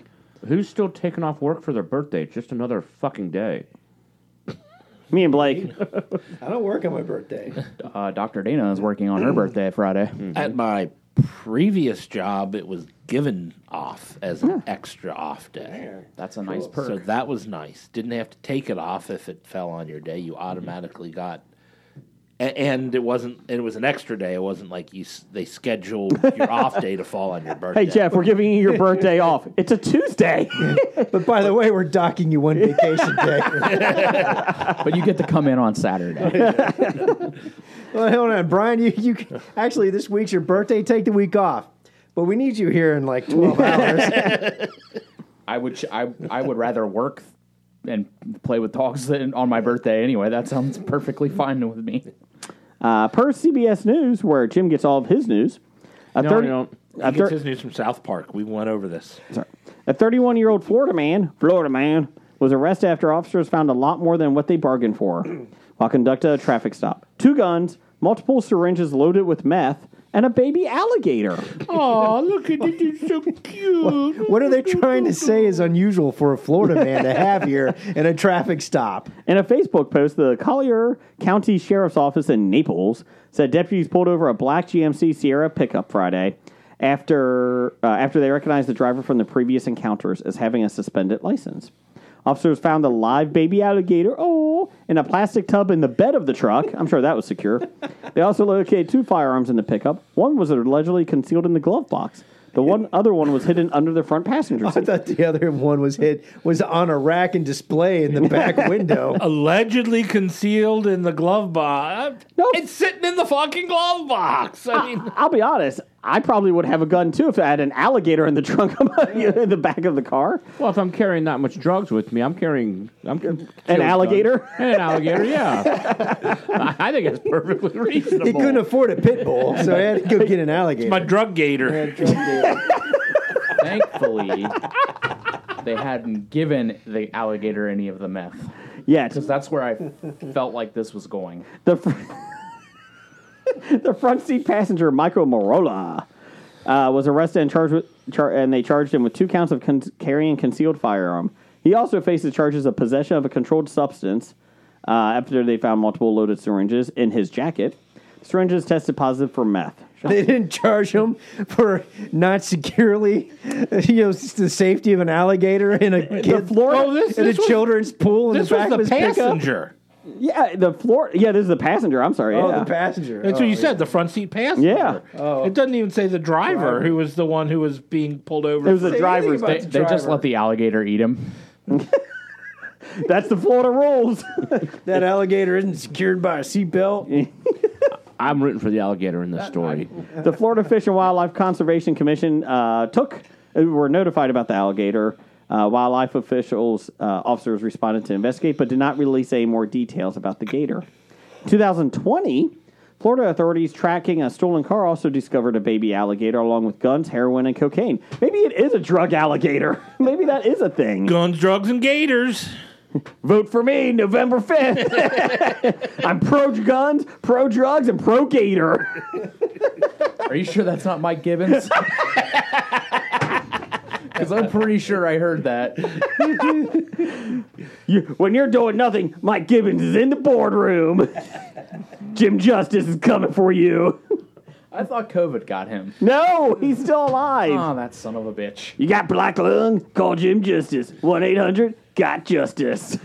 Who's still taking off work for their birthday? It's just another fucking day.
Me and Blake.
I don't work on my birthday.
Mm.
Uh, Dr. Dana is working on her birthday Friday.
At my previous job, it was given off as an extra off day.
That's a nice perk.
So that was nice. Didn't have to take it off if it fell on your day. You automatically got, a- and it wasn't. and It was an extra day. It wasn't like you. s- They scheduled your off day to fall on your birthday.
Hey, Jeff, we're giving you your birthday off. It's a Tuesday.
But by the way, we're docking you one vacation day.
but you get to come in on Saturday.
well, hold on, Brian. You, you can- actually this week's your birthday. Take the week off. But we need you here in like twelve hours.
I would ch- I I would rather work and play with dogs than on my birthday anyway. That sounds perfectly fine with me.
Uh, per CBS News, where Jim gets all of his news, a
No,
30
you don't.
a
He gets
thir-
his news from South Park. We went over this.
a 31 year old Florida man, Florida man, was arrested after officers found a lot more than what they bargained for while conducting a traffic stop. Two guns, multiple syringes loaded with meth, and a baby alligator.
Oh, look at it! It's so cute.
what are they trying to say is unusual for a Florida man to have here in a traffic stop?
In a Facebook post, the Collier County Sheriff's Office in Naples said deputies pulled over a black GMC Sierra pickup Friday after uh, after they recognized the driver from the previous encounters as having a suspended license. Officers found a live baby alligator, oh, in a plastic tub in the bed of the truck. I'm sure that was secure. They also located two firearms in the pickup. One was allegedly concealed in the glove box. The one other one was hidden under the front passenger
I
seat.
thought the other one was hit was on a rack and display in the back window.
Allegedly concealed in the glove box.
No.
It's sitting in the fucking glove box. I mean,
I'll be honest. I probably would have a gun too if I had an alligator in the trunk of my, in the back of the car.
Well, if I'm carrying that much drugs with me, I'm carrying I'm carrying
An alligator.
and an alligator. Yeah, I, I think it's perfectly reasonable.
He couldn't afford a pit bull, so he had to go get an alligator.
my drug gator.
Thankfully, they hadn't given the alligator any of the meth
Yet
because that's where I felt like this was going.
the fr- the front seat passenger Michael Marola uh, was arrested and charged with char- and they charged him with two counts of con- carrying concealed firearm. He also faces charges of possession of a controlled substance uh, after they found multiple loaded syringes in his jacket. Syringes tested positive for meth.
They didn't charge him for not securely, you know, s- the safety of an alligator in a kid,
Florida-
Oh, this-
in
this
a
was-
children's pool in
This
the back
was
of
the
his pickup.
passenger.
Yeah, the floor. Yeah, this is the passenger. I'm sorry.
Oh,
yeah.
the passenger.
That's
oh,
what you said, the front seat passenger.
Yeah.
Oh.
It doesn't even say the driver, who was the one who was being pulled over.
It was the
anything
driver's.
They,
about the
they just
driver.
let the alligator eat him.
That's the Florida rules.
That alligator isn't secured by a seatbelt.
I'm rooting for the alligator in this story.
the Florida Fish and Wildlife Conservation Commission uh, took uh, were notified about the alligator. Uh, wildlife officials uh, officers responded to investigate, but did not release any more details about the gator. 2020, Florida authorities tracking a stolen car also discovered a baby alligator along with guns, heroin, and cocaine. Maybe it is a drug alligator. Maybe that is a thing.
Guns, drugs, and gators.
Vote for me, November 5th. I'm pro guns, pro drugs, and pro gator.
Are you sure that's not Mike Gibbons? Because I'm pretty sure I heard that.
You- when you're doing nothing, Mike Gibbons is in the boardroom. Jim Justice is coming for you.
I thought COVID got him.
No, he's still alive.
Oh, that son of a bitch.
You got black lung? Call Jim Justice. 1 800 Got Justice.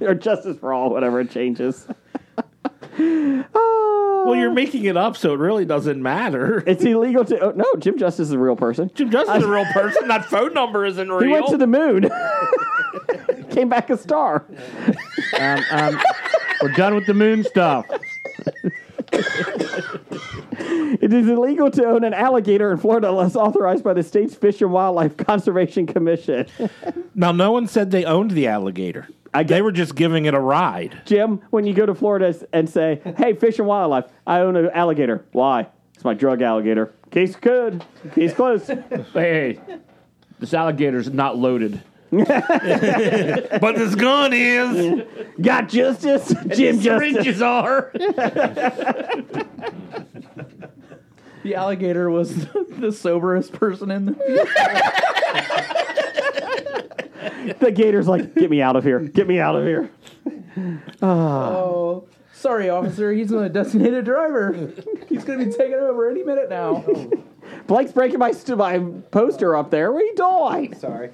or Justice for All, whatever it changes. Ah.
Well, you're making it up, so it really doesn't matter.
It's illegal to. Oh, no, Jim Justice is a real person.
Jim Justice is a real person. That phone number isn't real.
He went to the moon. Came back a star.
We're done with the moon stuff.
It is illegal to own an alligator in Florida unless authorized by the state's Fish and Wildlife Conservation Commission.
now, no one said they owned the alligator. they were just giving it a ride.
Jim, when you go to Florida and say, "Hey, Fish and Wildlife, I own an alligator. Why? It's my drug alligator. Case could, case closed.
Hey, this alligator's not loaded.
But this gun is.
Got justice, Jim Justice.
Syringes are.
The alligator was the soberest person in the.
The gator's like, get me out of here, get me out of here.
Sorry, officer, he's not a designated driver. He's going to be taking over any minute now.
Blake's breaking my st- my poster up there. What are you doing?
Sorry.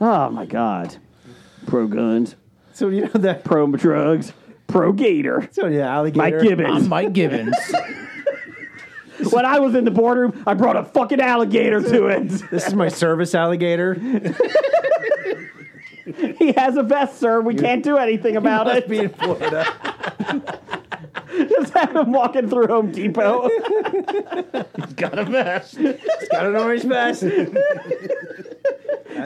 Oh my god. Pro guns,
So you know that.
pro drugs, pro gator.
So yeah, alligator.
Mike Gibbons.
Mike Gibbons.
when I was in the boardroom, I brought a fucking alligator to it.
This is my service alligator.
he has a vest, sir. We can't do anything about it.
Be in Florida.
Just have him walking through Home Depot.
Got a mess.
It's got an orange vest. so you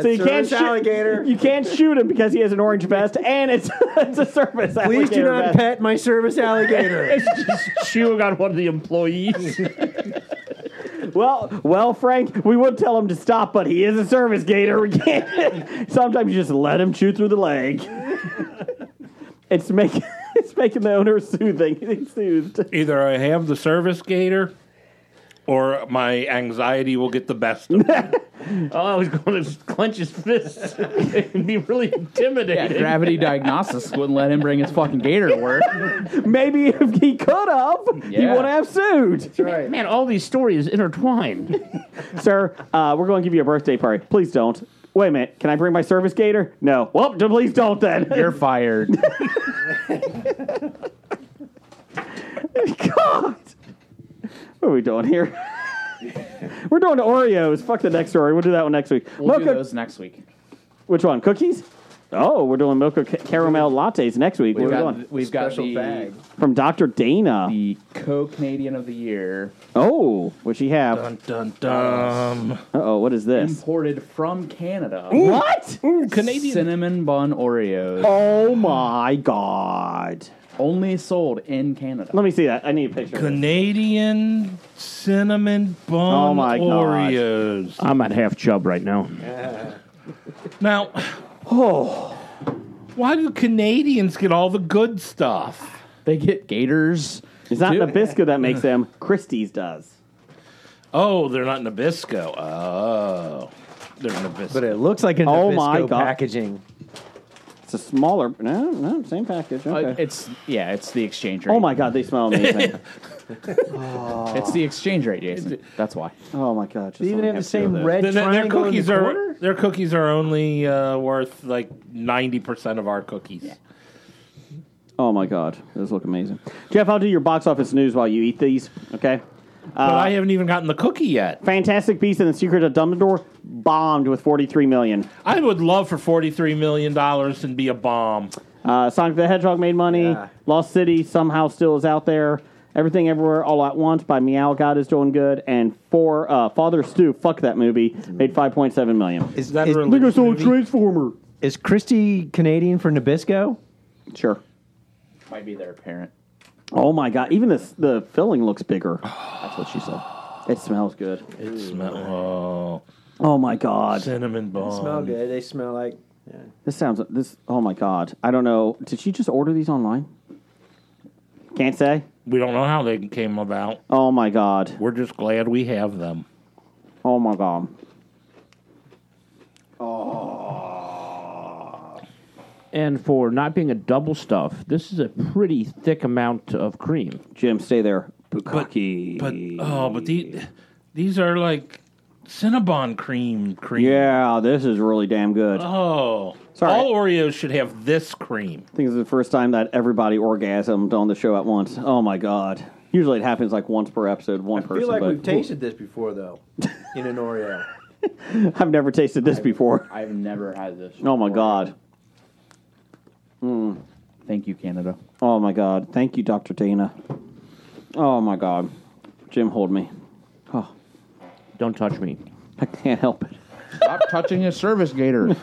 so you can't shoot
alligator.
You can't shoot him because he has an orange vest and it's it's a service
Please do
alligator
not
vest.
pet my service alligator.
Just chewing on one of the employees.
Well, well, Frank, we would tell him to stop, but he is a service gator. We can't. Sometimes you just let him chew through the leg. it's making it's making the owner soothing soothed.
Either I have the service gator, or my anxiety will get the best of me.
oh, he's going to clench his fists and be really intimidated.
Gravity Diagnostics wouldn't let him bring his fucking gator to work.
Maybe if he could have, he
Yeah.
would have sued.
Man, all these stories intertwined.
Sir, uh, we're going to give you a birthday party. Please don't. Wait a minute. Can I bring my service gator? No. Well, d- please don't then.
You're fired.
God. What are we doing here? we're doing Oreos. Fuck the next story. We'll do that one next week.
We'll do
Mocha-
those next week.
Which one? Cookies? Oh, we're doing mocha ca- caramel lattes next week. What are
We've
we
got,
doing?
we've got
Special
the,
bag.
From Dr. Dana.
the co-Canadian of the year
Oh, what she have? Uh
dun dun dun.
oh, what is this?
imported from Canada.
What?
Canadian.
Cinnamon bun Oreos
Oh my god.
only sold in Canada.
Let me see that. I need a picture. of this.
Canadian cinnamon bun
Oh my God.
Oreos.
I'm at half chub right now.
Now, oh, why do Canadians get all the good stuff?
They get gators.
It's not Nabisco that makes them. Christie's does.
Oh, they're not Nabisco. Oh, they're Nabisco.
But it looks like an
Oh
oh
my God.
packaging.
It's a smaller. No, no, same package.
Uh,
Okay.
It's yeah, it's the exchange rate.
oh my god, they smell amazing.
It's the exchange rate, Jason. That's why.
oh my god. Just
They even
let me
have
two
the
of
same
those.
red
Th- th- their
triangle in the
cookies are
corner?
their cookies are only uh, worth like ninety percent of our cookies.
Oh my god, those look amazing. Jeff, I'll do your box office news while you eat these. Okay.
Uh,
But I haven't even gotten the cookie yet.
Fantastic Beasts and the Secret of Dumbledore bombed with 43 million.
I would love for forty three million dollars and be a bomb.
Uh, Sonic the Hedgehog made money.
Yeah.
Lost City somehow still is out there. Everything Everywhere All at Once by Meow God is doing good. And for uh, Father Stew, fuck that movie, made 5.7 million.
Is
that
is,
a religious movie?
Transformer.
is Christy Canadian for Nabisco?
Sure.
Might be their parent.
Oh my god, even this, the filling looks bigger. That's what she said. It smells good.
It smell- oh,
Oh my god.
cinnamon bun.
Smell good. They smell like.
This sounds this. Oh my god! I don't know. Did she just order these online? Can't say.
We don't know how they came about.
Oh my god!
We're just glad we have them.
Oh my god!
And for not being a double stuff, this is a pretty thick amount of cream.
Jim, stay there. Bukkake.
But oh, but the, these are like Cinnabon cream cream.
yeah, this is really damn good. I
Oh,
Sorry.
all Oreos should have this cream.
think this is the first time that everybody orgasmed on the show at once. Oh my god! Usually it happens like once per episode, one
I
person.
feel like
but
we've tasted this before though, in an Oreo.
I've never tasted this before.
I've never had this.
Oh my
before.
god!
Thank you, Canada.
Oh my god! Thank you, Doctor Dana. Oh my god, Jim, hold me. Oh,
Don't touch me.
I can't help it.
Stop touching his service gator.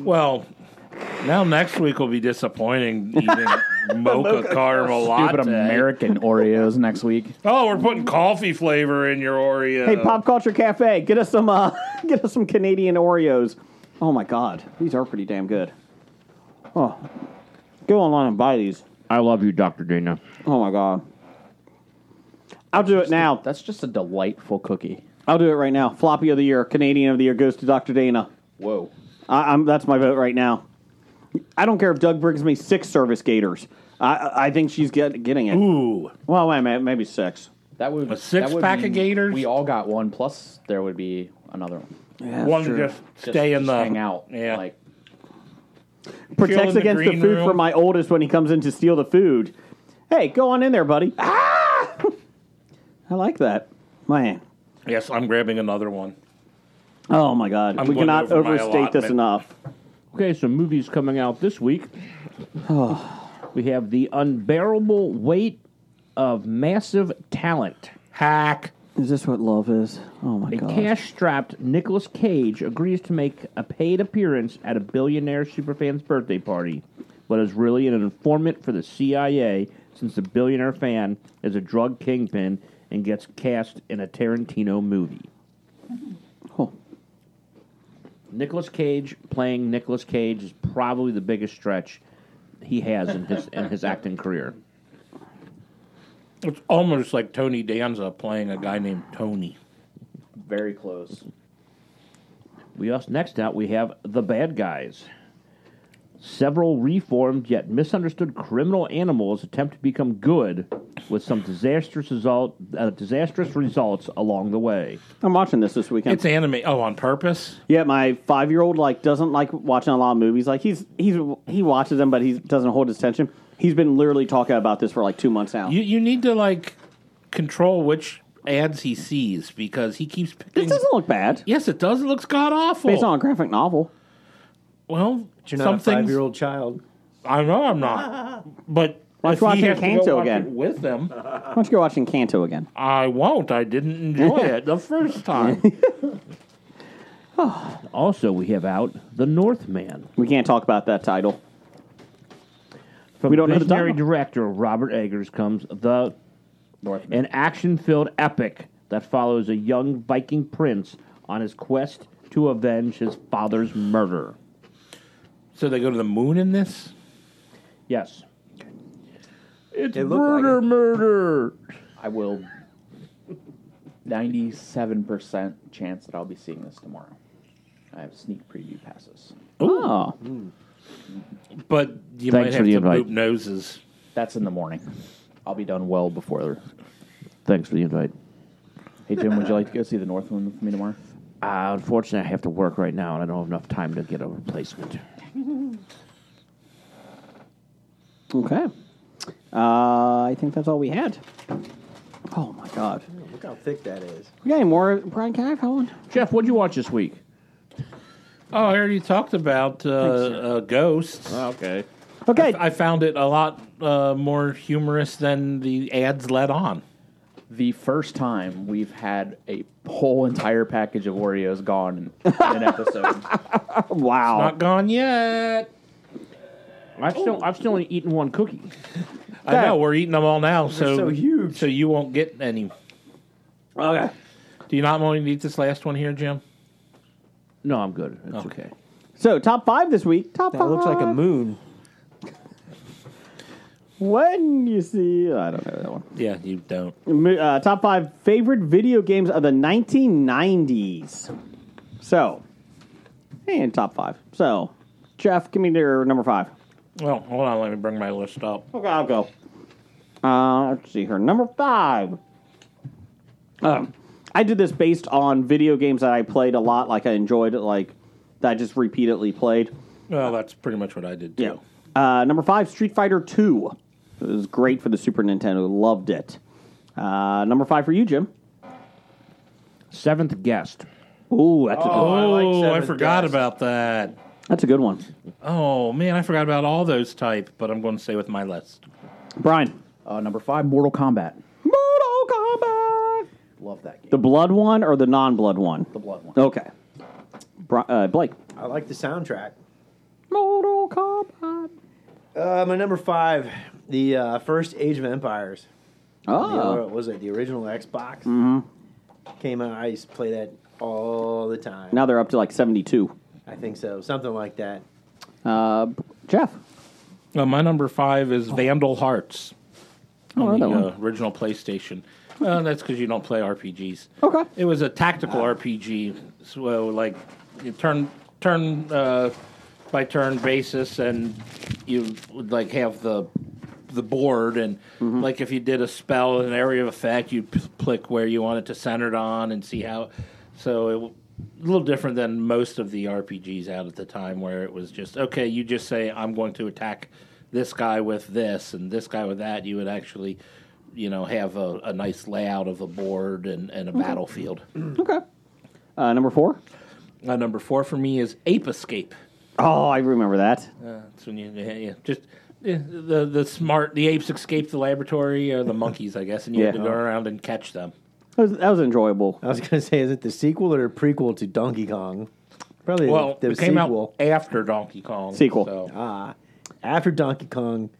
Well, now next week will be disappointing eating mocha caramel
Stupid
latte.
American Oreos next week.
Oh, we're putting coffee flavor in your Oreo.
Hey, Pop Culture Cafe, get us some uh, get us some Canadian Oreos. Oh my God, these are pretty damn good. Oh, go online and buy these.
I love you, Dr. Dana.
Oh my God, I'll do it now.
That's just a delightful cookie.
I'll do it right now. Floppy of the year, Canadian of the year goes to Dr. Dana.
Whoa.
I, I'm that's my vote right now. I don't care if Doug brings me six service gators. I, I think she's get, getting it.
Ooh,
Well, wait a minute, maybe six.
That would
A six
that would
pack of
mean
Gators?
We all got one. Plus, there would be another one.
one to just stay in
just
the
hang out.
Yeah,
like
Chill in
Protects
the
against the,
green
food
room.
for my oldest when he comes in to steal the food. Hey, go on in there, buddy. Ah! I like that. Man.
yes, I'm grabbing another one.
Oh, my God.
I'm
we
going
cannot
over my
overstate this enough.
allotment.
Okay, so movies coming out this week. we have The Unbearable Weight of Massive Talent.
Hack.
Is this what love is? Oh, my
A
God.
cash strapped Nicolas Cage agrees to make a paid appearance at a billionaire superfan's birthday party, but is really an informant for the CIA since the billionaire fan is a drug kingpin and gets cast in a Tarantino movie.
Oh.
Nicolas Cage playing Nicolas Cage is probably the biggest stretch he has in his in his acting career.
It's almost like Tony Danza playing a guy named Tony.
very close.
We also next out we have the bad guys. Several reformed yet misunderstood criminal animals attempt to become good, with some disastrous result uh, disastrous results along the way.
I'm watching this this weekend.
It's anime. Oh, on purpose.
Yeah, my five year old like doesn't like watching a lot of movies. Like he's he's he watches them, but he doesn't hold his attention. He's been literally talking about this for like two months now.
You you need to like control which ads he sees because he keeps
this
picking.
doesn't look bad.
yes, it does. It looks god awful.
Based on a graphic novel.
well,
You're not
some
a
things-
five year old child.
I know I'm not. But
Watch
if he
Watching
has to go
Kanto
watch
again.
it with them,
Why don't you go watching Canto again?
I won't. I didn't enjoy it the first time.
Also, we have out the Northman
We can't talk about that title.
from
We don't know the
visionary
title.
director Robert Eggers comes the
Northman.
an action-filled epic that follows a young Viking prince on his quest to avenge his father's murder.
so they go to the moon in this.
Yes. It's
It looked like
murder,
it.
murder.
I will. Ninety-seven percent chance that I'll be seeing this tomorrow. I have sneak preview passes.
Oh.
But you
Thanks
might
for
have
the
to
invite.
boop noses.
That's in the morning. I'll be done well before.
Thanks for the invite.
Hey Jim, would you like to go see the Northman with me tomorrow?
Uh, unfortunately, I have to work right now, and I don't have enough time to get a replacement.
Okay. Uh, I think that's all we had. Oh my god.
Look how thick that is.
We got any more Brian Can I have Helen?
Jeff, what'd you watch this week?
Oh, I already talked about uh, uh, ghosts.
Okay.
Okay.
I found it a lot uh, more humorous than the ads let on.
The first time we've had a whole entire package of Oreos gone in an episode.
wow.
Not gone yet.
I've still, I've still only eaten one cookie.
I know we're eating them all now, so
so huge.
so you won't get any.
Okay.
Do you not want to eat this last one here, Jim?
No, I'm good. It's okay.
So top five this week. Top
That
five.
looks like a moon.
when you see. I don't know that one.
Yeah, you don't.
Mo- uh, top five favorite video games of the 1990s. So, and top five. So, Jeff, give me your number five.
Well, hold on. Let me bring my list up.
Okay, I'll go. Uh, let's see here. Number five. Um, I did this based on video games that I played a lot, like I enjoyed, like that I just repeatedly played.
Well, that's pretty much what I did too.
Uh, number five, Street Fighter Two. It was great for the Super Nintendo. Loved it. Uh, number five for you, Jim.
Seventh guest.
Ooh, that's a good,
Oh, I,
Seventh
forgot
Guest.
about that.
that's a good one.
Oh man, I forgot about all those type. But I'm going to stay with my list.
Brian.
Uh, number five, Mortal Kombat.
Mortal Kombat.
Love that game.
The blood one or the non-blood one?
The blood one.
Okay. Bri- uh, Blake.
I like the soundtrack.
Mortal Kombat.
Uh, my number five, the uh, first Age of Empires. The,
Oh,
what was it the original Xbox? Came out. I used to play that all the time.
now they're up to like seventy-two.
I think so. Something like that.
Uh, Jeff.
Uh, my number five is Vandal Hearts
Oh,
on the
another
uh, original PlayStation. Uh, that's because you don't play RPGs.
Oh,
Okay.
It was a tactical RPG, so like you turn turn uh, by turn basis, and you would like have the the board and like if you did a spell in an area of effect, you click where you want it to center it on and see how. So it w- a little different than most of the RPGs out at the time, where it was just okay. You just say I'm going to attack this guy with this and this guy with that. You would actually, you know, have a, a nice layout of a board and, and a battlefield.
Okay. Uh, number four.
Uh, number four for me is Ape Escape.
Oh, I remember that.
That's when you, yeah, yeah, just yeah, the the smart the apes escape the laboratory or the monkeys, I guess, and you have
Yeah.
to go around and catch them.
That was, that was enjoyable.
I was going to say, is it the sequel or a prequel to Donkey Kong? Probably
Well,
the
it came
sequel.
out after Donkey Kong
Sequel.
so-
Ah, after Donkey Kong,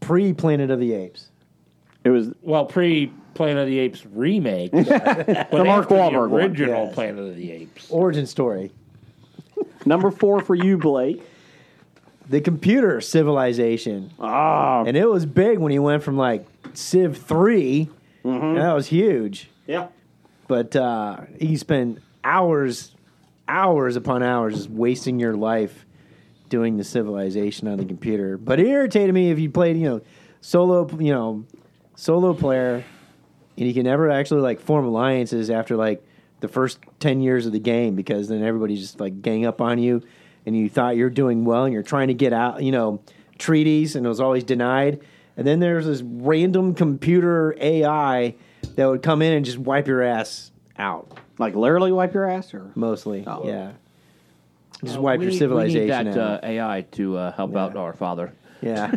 pre Planet of the Apes.
It was
well, pre Planet of the Apes remake, but the
Mark Wahlberg
the
one,
original
yes.
Planet of the Apes.
Origin story.
number four for you, Blake.
The computer civilization.
Ah,
And it was big when he went from like Civ 3. and that was huge.
yeah.
But uh, he spent hours, hours upon hours just wasting your life doing the civilization on the computer. But it irritated me if you played, you know, solo, you know, solo player, and you can never actually like form alliances after like the first 10 years of the game because then everybody just like gang up on you and you thought you're doing well and you're trying to get out, you know, treaties and it was always denied. And then there's this random computer AI that would come in and just wipe your ass out
Like literally wipe your ass, or
mostly.
Oh.
Yeah. Just
Uh,
wipe
we
your
need-
civilization
We need that uh,
out.
AI to uh, help out our father.
yeah.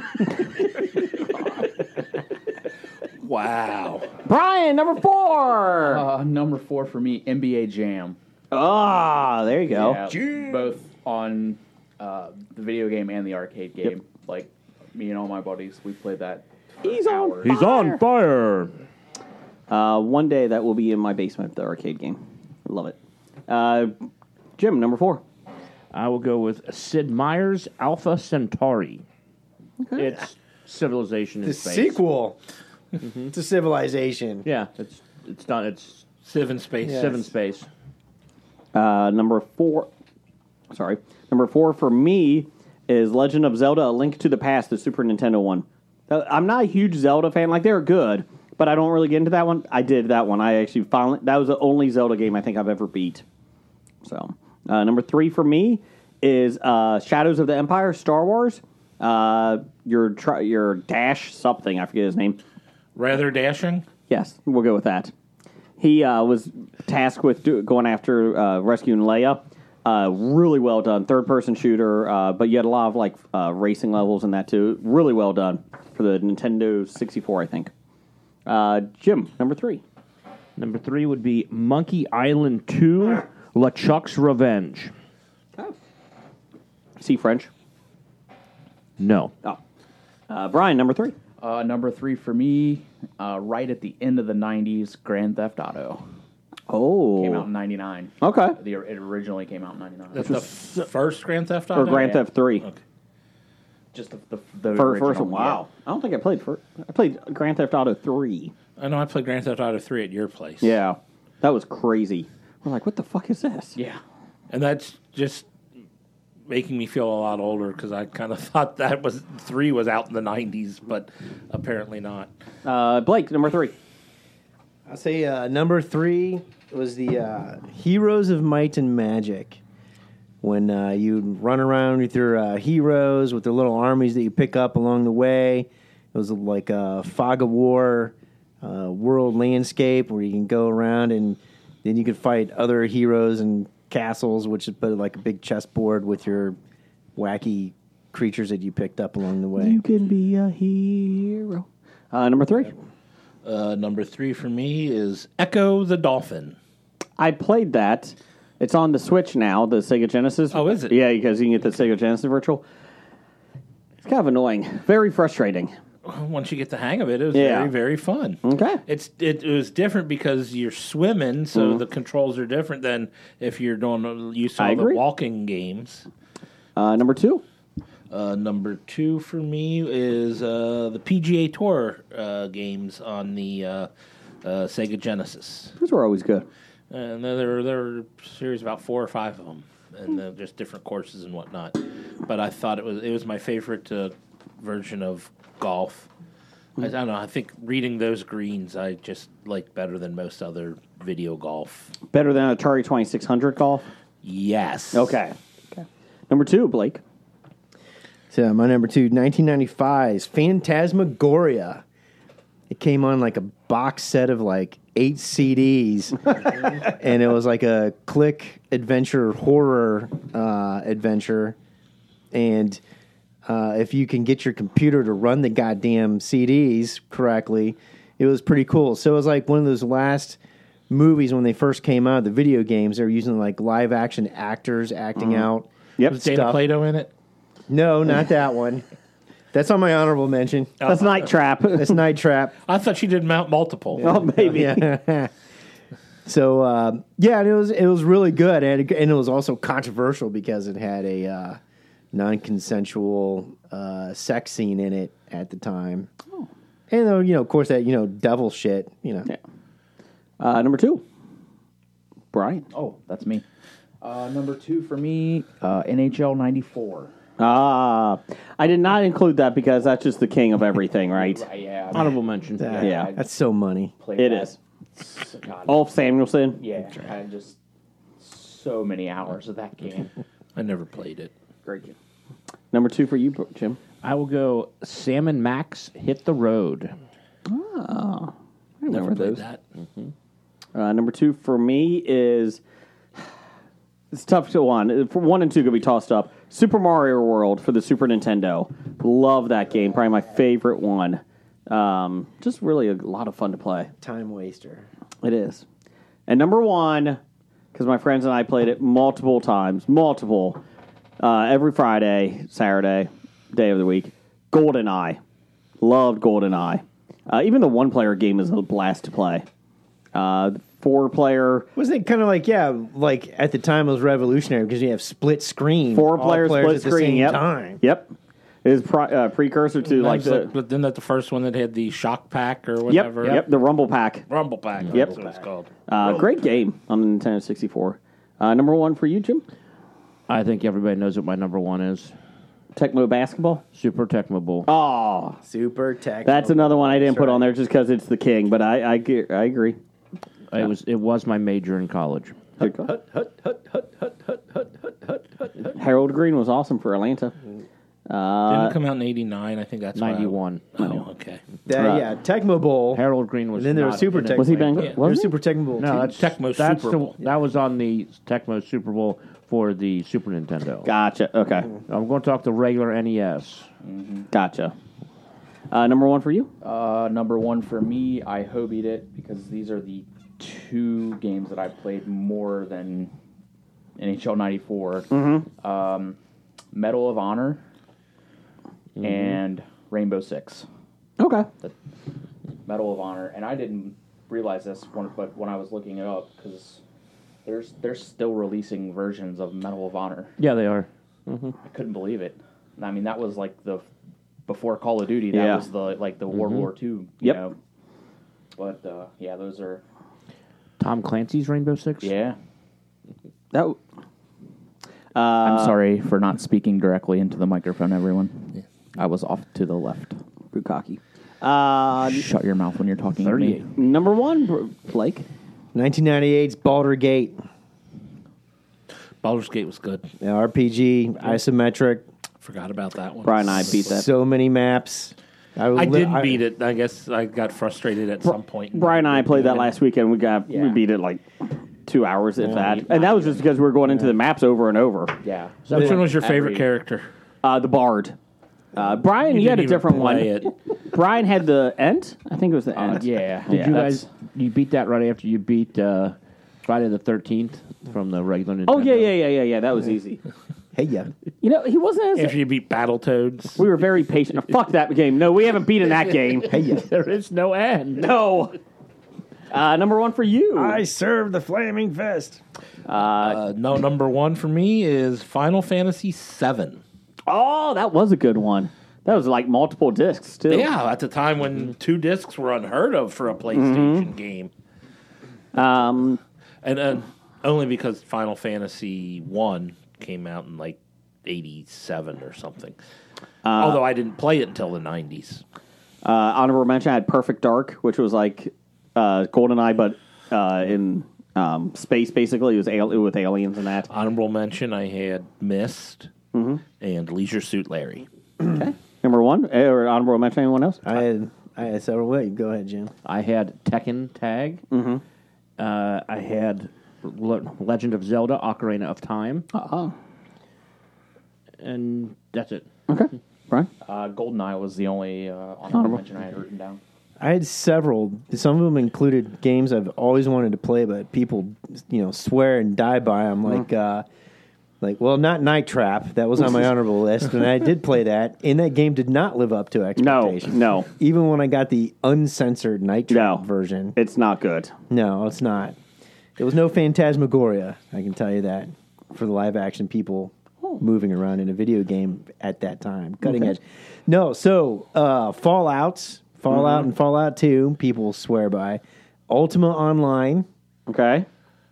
Wow,
Brian number four.
Uh, number four for me, NBA Jam.
Ah, there you go.
Yeah, both on uh, the video game and the arcade game. Like me and all my buddies, we played that. for
He's on
hours.
He's on
fire.
Uh, one day that will be in my basement, the arcade game. I love it. Uh, Jim number four.
I will go with Sid Meier's Alpha Centauri. It's Civilization in
the
space.
sequel
Mm-hmm.
to Civilization.
Yeah, it's it's done. It's
Civ in space.
Yeah.
Civ in space.
Uh, number four. Sorry, number four for me is Legend of Zelda: A Link to the Past, the Super Nintendo one. Uh, I'm not a huge Zelda fan. Like they're good, but I don't really get into that one. I did that one. I actually finally that was the only Zelda game I think I've ever beat. So uh, number three for me is uh, Shadows of the Empire, Star Wars. Uh, your tri- your dash something I forget his name.
Rather dashing.
Yes, we'll go with that. He uh, was tasked with do- going after uh, rescuing Leia. Uh, really well done, third person shooter, uh, but you had a lot of like uh, racing levels in that too. Really well done for the Nintendo 64, I think. Uh, Jim, number three.
Number three would be Monkey Island Two: LeChuck's Revenge.
See French.
No,
Oh, uh, Brian, number three.
Uh, number three for me, uh, right at the end of the '90s, Grand Theft Auto
Oh,
came out in '99.
Okay.
the, it originally came out in '99.
That's the f- first Grand Theft Auto.
or Grand
yeah.
Theft Three.
just the, the, the
First,
original,
first one.
yeah.
Wow, I don't think I played. For, I played Grand Theft Auto Three.
I know I played Grand Theft Auto three at your place.
Yeah, that was crazy. We're like, what the fuck is this?
Yeah,
and that's just making me feel a lot older because I kind of thought that was three was out in the '90s, but apparently not.
Uh, Blake, number three.
I'll say uh, number three was the uh, Heroes of Might and Magic. When uh, you run around with your uh, heroes, with their little armies that you pick up along the way, it was like a fog of war uh, world landscape where you can go around and then you could fight other heroes and castles, which is but like a big chessboard with your wacky creatures that you picked up along the way.
can be a hero. Uh, number three.
Uh, number three for me is Echo the Dolphin.
I played that. It's on the Switch now, the Sega Genesis.
Oh, is it?
Yeah, because you can get the Sega Genesis Virtual. It's kind of annoying. Very frustrating.
Oh, Once you get the hang of it, it was
Yeah. Hmm.
very very fun.
Okay.
It's it, it was different because you're swimming, so the controls are different than if you're doing used
Hmm.
to
I
all the
agree.
walking games.
Uh, number two.
Uh, number two for me is uh, the PGA Tour uh, games on the uh, uh, Sega Genesis.
Those were always good.
And there- there, there were a series about four or five of them, and they're just different courses and whatnot. But I thought it was it was my favorite uh, version of golf. I, I don't know. I think reading those greens, I just like better than most other video golf.
Better than Atari 2600 golf?
Yes.
Okay. okay. Number two, Blake.
So my number two, 1995 is Phantasmagoria. It came on like a box set of like eight CDs, and it was like a click adventure horror uh, adventure. And uh, if you can get your computer to run the goddamn CDs correctly, it was pretty cool. So it was like one of those last movies when they first came out, the video games. They were using like live action actors acting out.
Yep.
Was Dana Plato in it?
No, not that one. That's on my honorable mention.
That's Night Trap.
That's Night Trap.
I thought she did mount multiple.
oh, maybe.
Yeah. so uh, yeah, and it was it was really good, and it, and it was also controversial because it had a uh, non-consensual uh, sex scene in it at the time.
Oh.
And though you know, of course, that you know, devil shit. You know,
Uh, number two, Brian.
Oh, that's me. Uh, number two for me, uh, NHL '94.
Ah, I did not include that because that's just the king of everything, right?
Yeah,
Honorable mention.
Yeah,
that's so money.
it Oh. is. Ulf Samuelson.
Yeah, I just so many hours of that game.
I never played it.
Great game.
Number two for you, Jim.
I will go Sam and Max hit the road.
I remember those.
Played that.
Uh, number two for me is it's tough to one. For one and two could be tossed up. Super Mario World for the Super Nintendo. Love that game. Probably my favorite one. Um, just really a lot of fun to play.
Time waster.
It is. And number one, because my friends and I played it multiple times, multiple, uh, every Friday, Saturday, day of the week. Golden Eye, loved Golden Eye. Uh, even the one player game is a blast to play. Uh, four player,
Wasn't it kind of like yeah, like at the time it was revolutionary because you have split screen,
four
all
player split
at the
screen.
same
yep.
time.
Yep. It is pro- uh, precursor to like
That was
the
like- but then that the first one that had the shock pack or
yep,
whatever.
yep the Rumble Pack.
Rumble pack. Yep. That's what it's called.
Uh, great game on the Nintendo sixty four. Uh, number one for you, Jim.
I think everybody knows what my number one is.
Tecmo basketball.
Super Tecmo Bowl.
Oh,
Super tech.
That's another one I didn't put on there just because it's the king, but I I, ge- I agree.
It was it was my major in college.
Good call. Harold Green was awesome for Atlanta.
Didn't it come out in '89. I think that's why I-
Ninety one.
Oh, okay.
That- Uh, yeah, Tecmo Bowl.
Harold Green was.
And then there was
not
Super
in it.
Tecmo.
Was he bang?
yeah.
There was
Was he?
Super Tecmo Bowl.
No,
too.
that's
Tecmo
That's
Super
the,
Bowl.
that was on the Tecmo Super Bowl for the Super Nintendo.
Gotcha. Okay.
I'm going to talk the regular NES.
Gotcha. Uh, number one for you.
Uh, number one for me, I hobied it because these are the two games that I played more than NHL '94. Um, Medal of Honor
Mm-hmm.
and Rainbow Six.
Okay.
Medal of Honor, and I didn't realize this, when, but when I was looking it up, because there's they're still releasing versions of Medal of Honor.
Yeah, they are.
I couldn't believe it. And I mean, that was like the before Call of Duty. That
Yeah. Mm-hmm.
was the like the World War II. You
Yep.
know. But uh, yeah, those are
Tom Clancy's Rainbow Six.
yeah.
That. w-
I'm
Uh,
sorry for not speaking directly into the microphone, everyone. I was off to the left.
Bukaki. Uh,
Shut your mouth when you're talking. to me.
number one, Br- Blake.
1998's Baldur Gate.
Baldur's Gate was good.
Yeah, RPG, isometric,
Forgot about that one.
Brian and I beat that.
so many maps. was
I
li-
did beat it. I guess I got frustrated at some point.
Brian and I played that last weekend. We got we
Yeah.
beat it like two hours if that, and that was just because we were going into the maps over and over.
Yeah.
Which one was your favorite character?
Uh, the Bard. Uh, Brian, you, had a
didn't even
different one.
play it.
Brian had the Ent. I think it was the Ent.
Yeah.
Uh, Did you
that's-
guys? You beat that right after you beat uh, Friday the Thirteenth from the regular Nintendo.
Oh yeah, yeah, yeah, yeah, yeah. That was easy.
Hey, yeah.
You know, he wasn't as.
If you beat Battletoads,
we were very patient. Fuck that game. No, we haven't beaten that game.
Hey, yeah.
There is no end.
No. Uh, number one for you.
serve the flaming fist.
uh, no number one for me is Final Fantasy VII.
oh, that was a good one. That was like multiple discs too.
Yeah, at the time
Mm-hmm.
when two discs were unheard of for a PlayStation game,
Um,
and uh, only because Final Fantasy One came out in like '87 or something.
Uh,
Although I didn't play it until the 90s.
Uh, honorable mention: I had Perfect Dark, which was like uh, GoldenEye, but uh, in um, space. Basically, it was al- with aliens and that.
Honorable mention I had Mist
Mm-hmm.
and Leisure Suit Larry.
Number one, eh, or honorable mention? Anyone else? Uh,
I had I had several. Wait, go ahead, Jim.
I had Tekken Tag.
Mm-hmm.
Uh, I had Le- Legend of Zelda: Ocarina of Time,
Uh-huh.
and that's it.
Mm.
Okay, Brian.
Uh, Goldeneye was the only uh, honorable, mention I had written down.
I had several. Some of them included games I've always wanted to play, but people, you know, swear and die by them. Like, uh, like, well, not Night Trap. That was on my honorable list, and I did play that. And that game did not live up to
No,
expectations.
no,
Even when I got the uncensored Night Trap
No.
version,
it's not good.
no, it's not. It was no Phantasmagoria. I can tell you that for the live action people moving around in a video game at that time, cutting edge. No, so uh, Fallout, Fallout, and Fallout Two, people swear by Ultima Online,
Okay.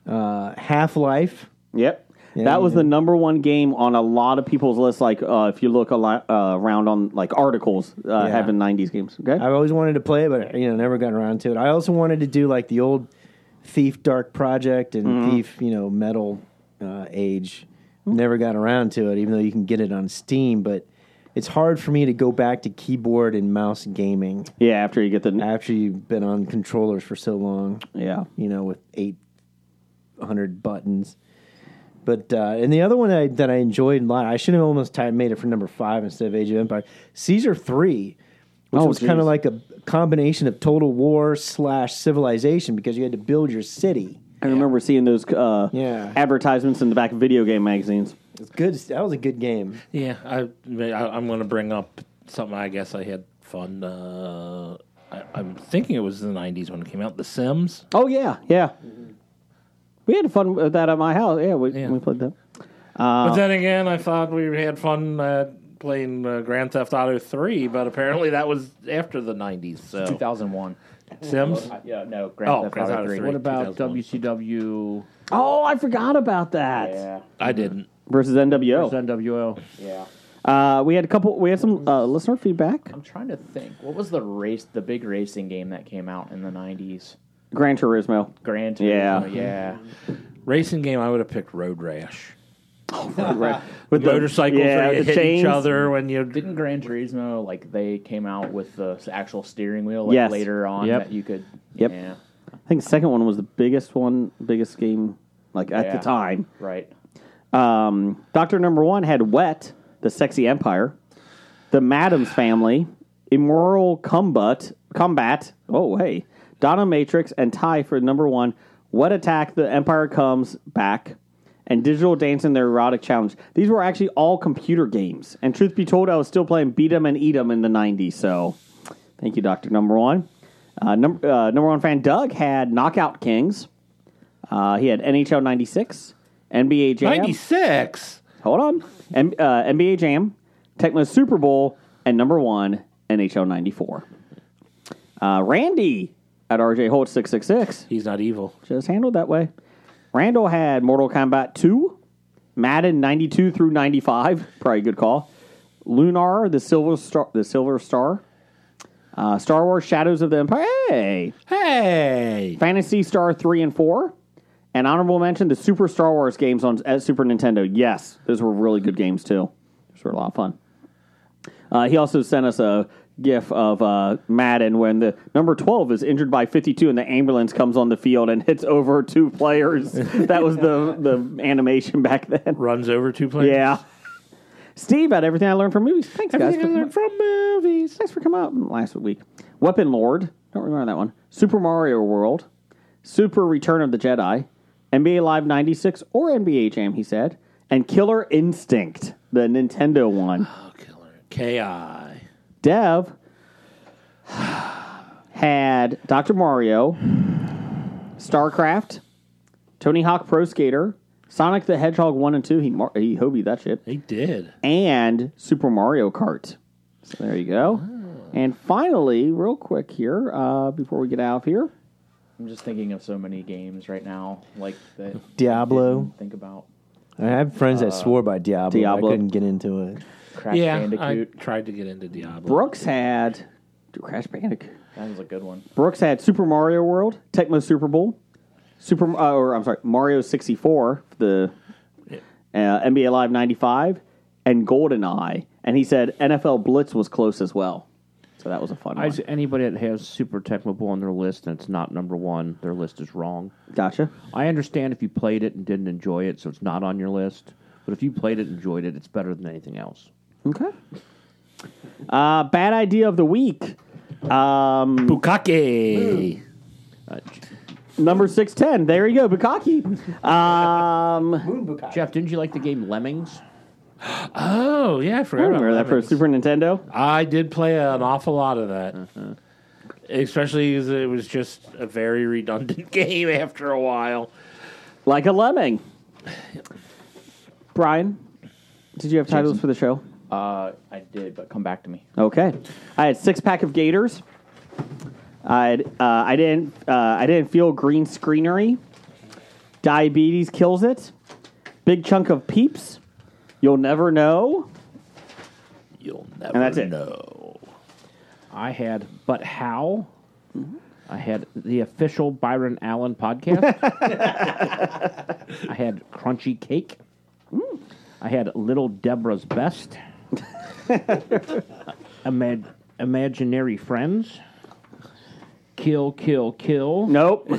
uh, Half Life.
Yep.
Yeah,
that was
yeah.
the number one game on a lot of people's lists. Like, uh, if you look a lot, uh, around on like articles, uh, having '90s games. Okay,
I've always wanted to play it, but you know, never got around to it. I also wanted to do like the old Thief Dark Project and Thief, you know, Metal uh, Age. Never got around to it, even though you can get it on Steam. But it's hard for me to go back to keyboard and mouse gaming
yeah. After you get the
after you've been on controllers for so long.
yeah,
You know, with eight hundred buttons. But uh, and the other one I, that I enjoyed a lot, I should have almost tied, made it for number five instead of Age of Empire. Caesar three, which
Oh,
was kind
geez.
of like a combination of Total War slash Civilization because you had to build your city.
I remember seeing those uh,
Yeah.
advertisements in the back of video game magazines.
It's good. That was a good game.
Yeah, I, I, I'm going to bring up something I guess I had fun. Uh, I, I'm thinking it was the 90s when it came out. The Sims.
Oh yeah, yeah. We had fun with that at my house. Yeah, we
Yeah.
we played that.
Oh.
But then again, I thought we had fun uh, playing uh, Grand Theft Auto 3, but apparently that was after the 90s. So
2001.
Sims.
Yeah, no, Grand
Oh,
Theft
Grand Theft
Auto
Auto
3.
three.
What about
2001.
WCW
Oh, I forgot about that.
Yeah,
I didn't.
Versus NWO.
NWO?
yeah.
Uh, we had a couple. We had some uh, listener feedback.
I'm trying to think. What was the race? The big racing game that came out in the 90s?
Gran Turismo.
Grand
Yeah.
Turismo. Yeah.
Racing game, I would have picked Road Rash.
Right. With the-
Motorcycles
yeah,
where you
the
hit
chains.
each other when you
Didn't Gran Turismo like they came out with the s- actual steering wheel like
Yes.
later on
Yep.
that you could?
Yep.
Yeah.
I think the second one was the biggest one, biggest game like at
Yeah.
the time.
Right.
Um, Doctor Number One had Wet, the Sexy Empire, the Madams Family, Immoral Combat, Combat. Oh hey, Donna Matrix and Ty for number one. What Attack, The Empire Comes Back, and Digital Dance and Their Erotic Challenge. These were actually all computer games. And truth be told, I was still playing Beat 'em and Eat 'em in the '90s. So, thank you, Doctor Number One. Uh, num- uh, number one fan Doug had Knockout Kings. Uh, he had NHL '96, NBA Jam.
96.
Hold on. M- uh, NBA Jam, Tecmo Super Bowl, and number one, NHL 94. Uh, Randy at RJ Holt 666.
He's not evil.
Just handled that way. Randall had Mortal Kombat 2, Madden 92 through 95. Probably a good call. Lunar, the Silver Star. The Silver Star. Uh, Star Wars Shadows of the Empire. Hey!
Hey.
Fantasy Star 3 and 4. And honorable mention, the Super Star Wars games on at Super Nintendo. Yes, those were really good games, too. Those were a lot of fun. Uh, he also sent us a gif of uh, Madden when the number 12 is injured by 52 and the ambulance comes on the field and hits over two players. that was the, the animation back then.
Runs over two players.
Yeah. Steve, at everything I learned from movies. Thanks, guys.
Everything I learned from movies.
Thanks for coming out last week. Weapon Lord. Don't remember that one. Super Mario World. Super Return of the Jedi. NBA Live 96 or NBA Jam, he said. And Killer Instinct, the Nintendo one.
K.I.
Dev had Dr. Mario, StarCraft, Tony Hawk Pro Skater, Sonic the Hedgehog 1 and 2. He, mar- he hobied that shit
They did.
and Super Mario Kart. So there you go. And finally, real quick here, uh, before we get out of here,
I'm just thinking of so many games right now like that. I
Diablo.
didn't Think about.
I have friends that swore by Uh, Diablo. but
Diablo.
I couldn't get into it.
Crash
I
Bandicoot.
tried to get into Diablo.
Brooks had Crash Bandicoot.
That was a good one.
Brooks had Super Mario World, Tecmo Super Bowl, Super uh, or I'm sorry, Mario 64, the uh, NBA Live 95, and GoldenEye. And he said NFL Blitz was close as well. So that was a fun
I
one.
just, anybody that has Super Tecmo Bowl on their list and it's not number one, their list is wrong.
Gotcha.
I understand if you played it and didn't enjoy it, so it's not on your list. But if you played it and enjoyed it, it's better than anything else.
Okay. Uh, bad idea of the week.
Bukake.
Number 610. There you go, Bukaki. Um,
Jeff, didn't you like the game Lemmings?
Oh yeah, I forgot
I
about
remember that for
Lemmings.
Super Nintendo.
I did play an awful lot of that.
Uh-huh.
Especially as it was just a very redundant game after a while.
Like a lemming. Brian, did you have titles for the show?
Uh, I did, but come back to me.
Okay, I had six pack of Gators. I uh, I didn't uh, I didn't feel green screenery. Diabetes kills it. Big chunk of peeps. You'll never know.
You'll never
And that's it.
know.
I had, but how? I had the official Byron Allen podcast. I had Crunchy Cake. I had Little Deborah's Best. Imag- imaginary Friends. Kill, Kill, Kill.
Nope.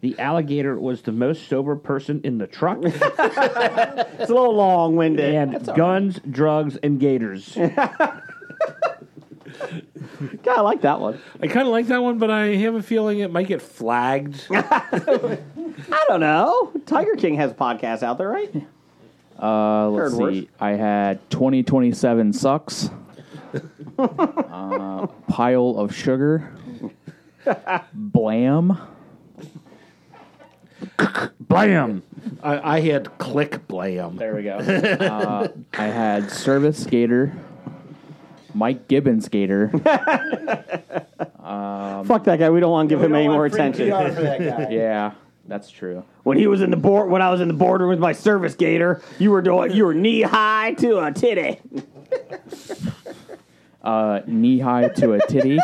The alligator was the most sober person in the truck.
it's a little long winded.
and guns, drugs, and gators.
I like that one.
I kind of like that one, but I have a feeling it might get flagged.
I don't know. Tiger King has a podcast out there, right?
Uh, let's
Heard worse.
see. I had 2027 sucks. uh, pile of sugar. Blam.
Blam!
I, I had click blam.
There we go. uh, I had service skater. Mike Gibbons skater.
Fuck that guy. We don't want to give him any more attention.
yeah, that's true.
When he was in the board, when I was in the boardroom with my service gator, you were doing you were knee high to a titty.
Uh, knee high to a titty.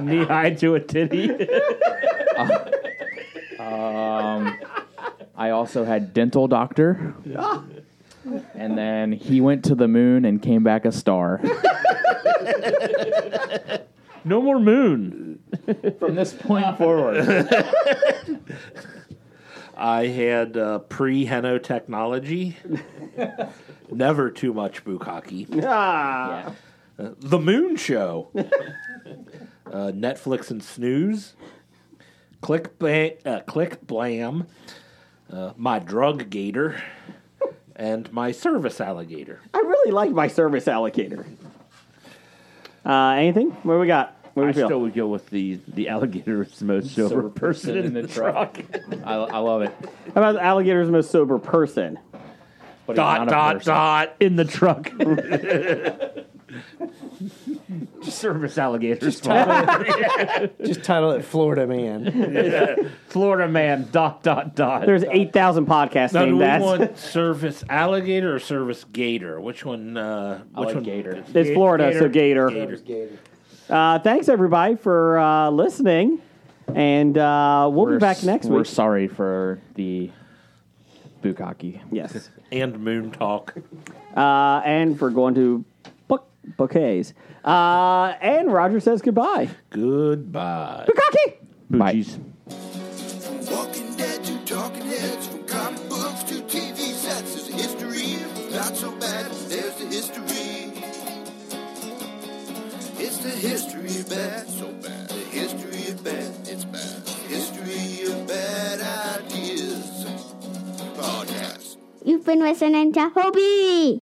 Knee high to a titty.
Um, I also had dental doctor. And then he went to the moon and came back a star.
No more moon.
From this point forward.
I had uh, pre Heno technology. Never too much bukkake.
Ah,
The Moon Show. uh, Netflix and snooze. Click ba- uh, click blam. Uh, my drug gator, and my service alligator.
I really like my service allocator. Uh, anything? What do we got? What do we
I
feel?
still would go with the the alligator is the most sober, person in the truck.
I, I love it.
How about the alligator's most sober person?
But he's
Dot
not a
dot
person.
dot.
in the truck. Service alligators.
Just title it Florida Man.
Florida man. Dot dot dot.
There's eight thousand podcasts
Now, do
named
we
that.
want service alligator or service gator? Which one? Uh, which
like
one?
gator.
It's Florida, so gator. Uh, thanks everybody for uh, listening, and uh, we'll be back next
We're
week.
sorry for the bukkake.
Yes,
and moon talk.
uh, and for going to book bouquets. Uh, and Roger says goodbye.
Goodbye.
Cocky.
Boogies.
Walking Dead to Talking Heads, from comic books to TV sets, there's a history. Not so bad, there's the history. It's the history of bad, so bad. The history of bad, it's bad. History of bad ideas. Podcast.
You've been listening to Hobie.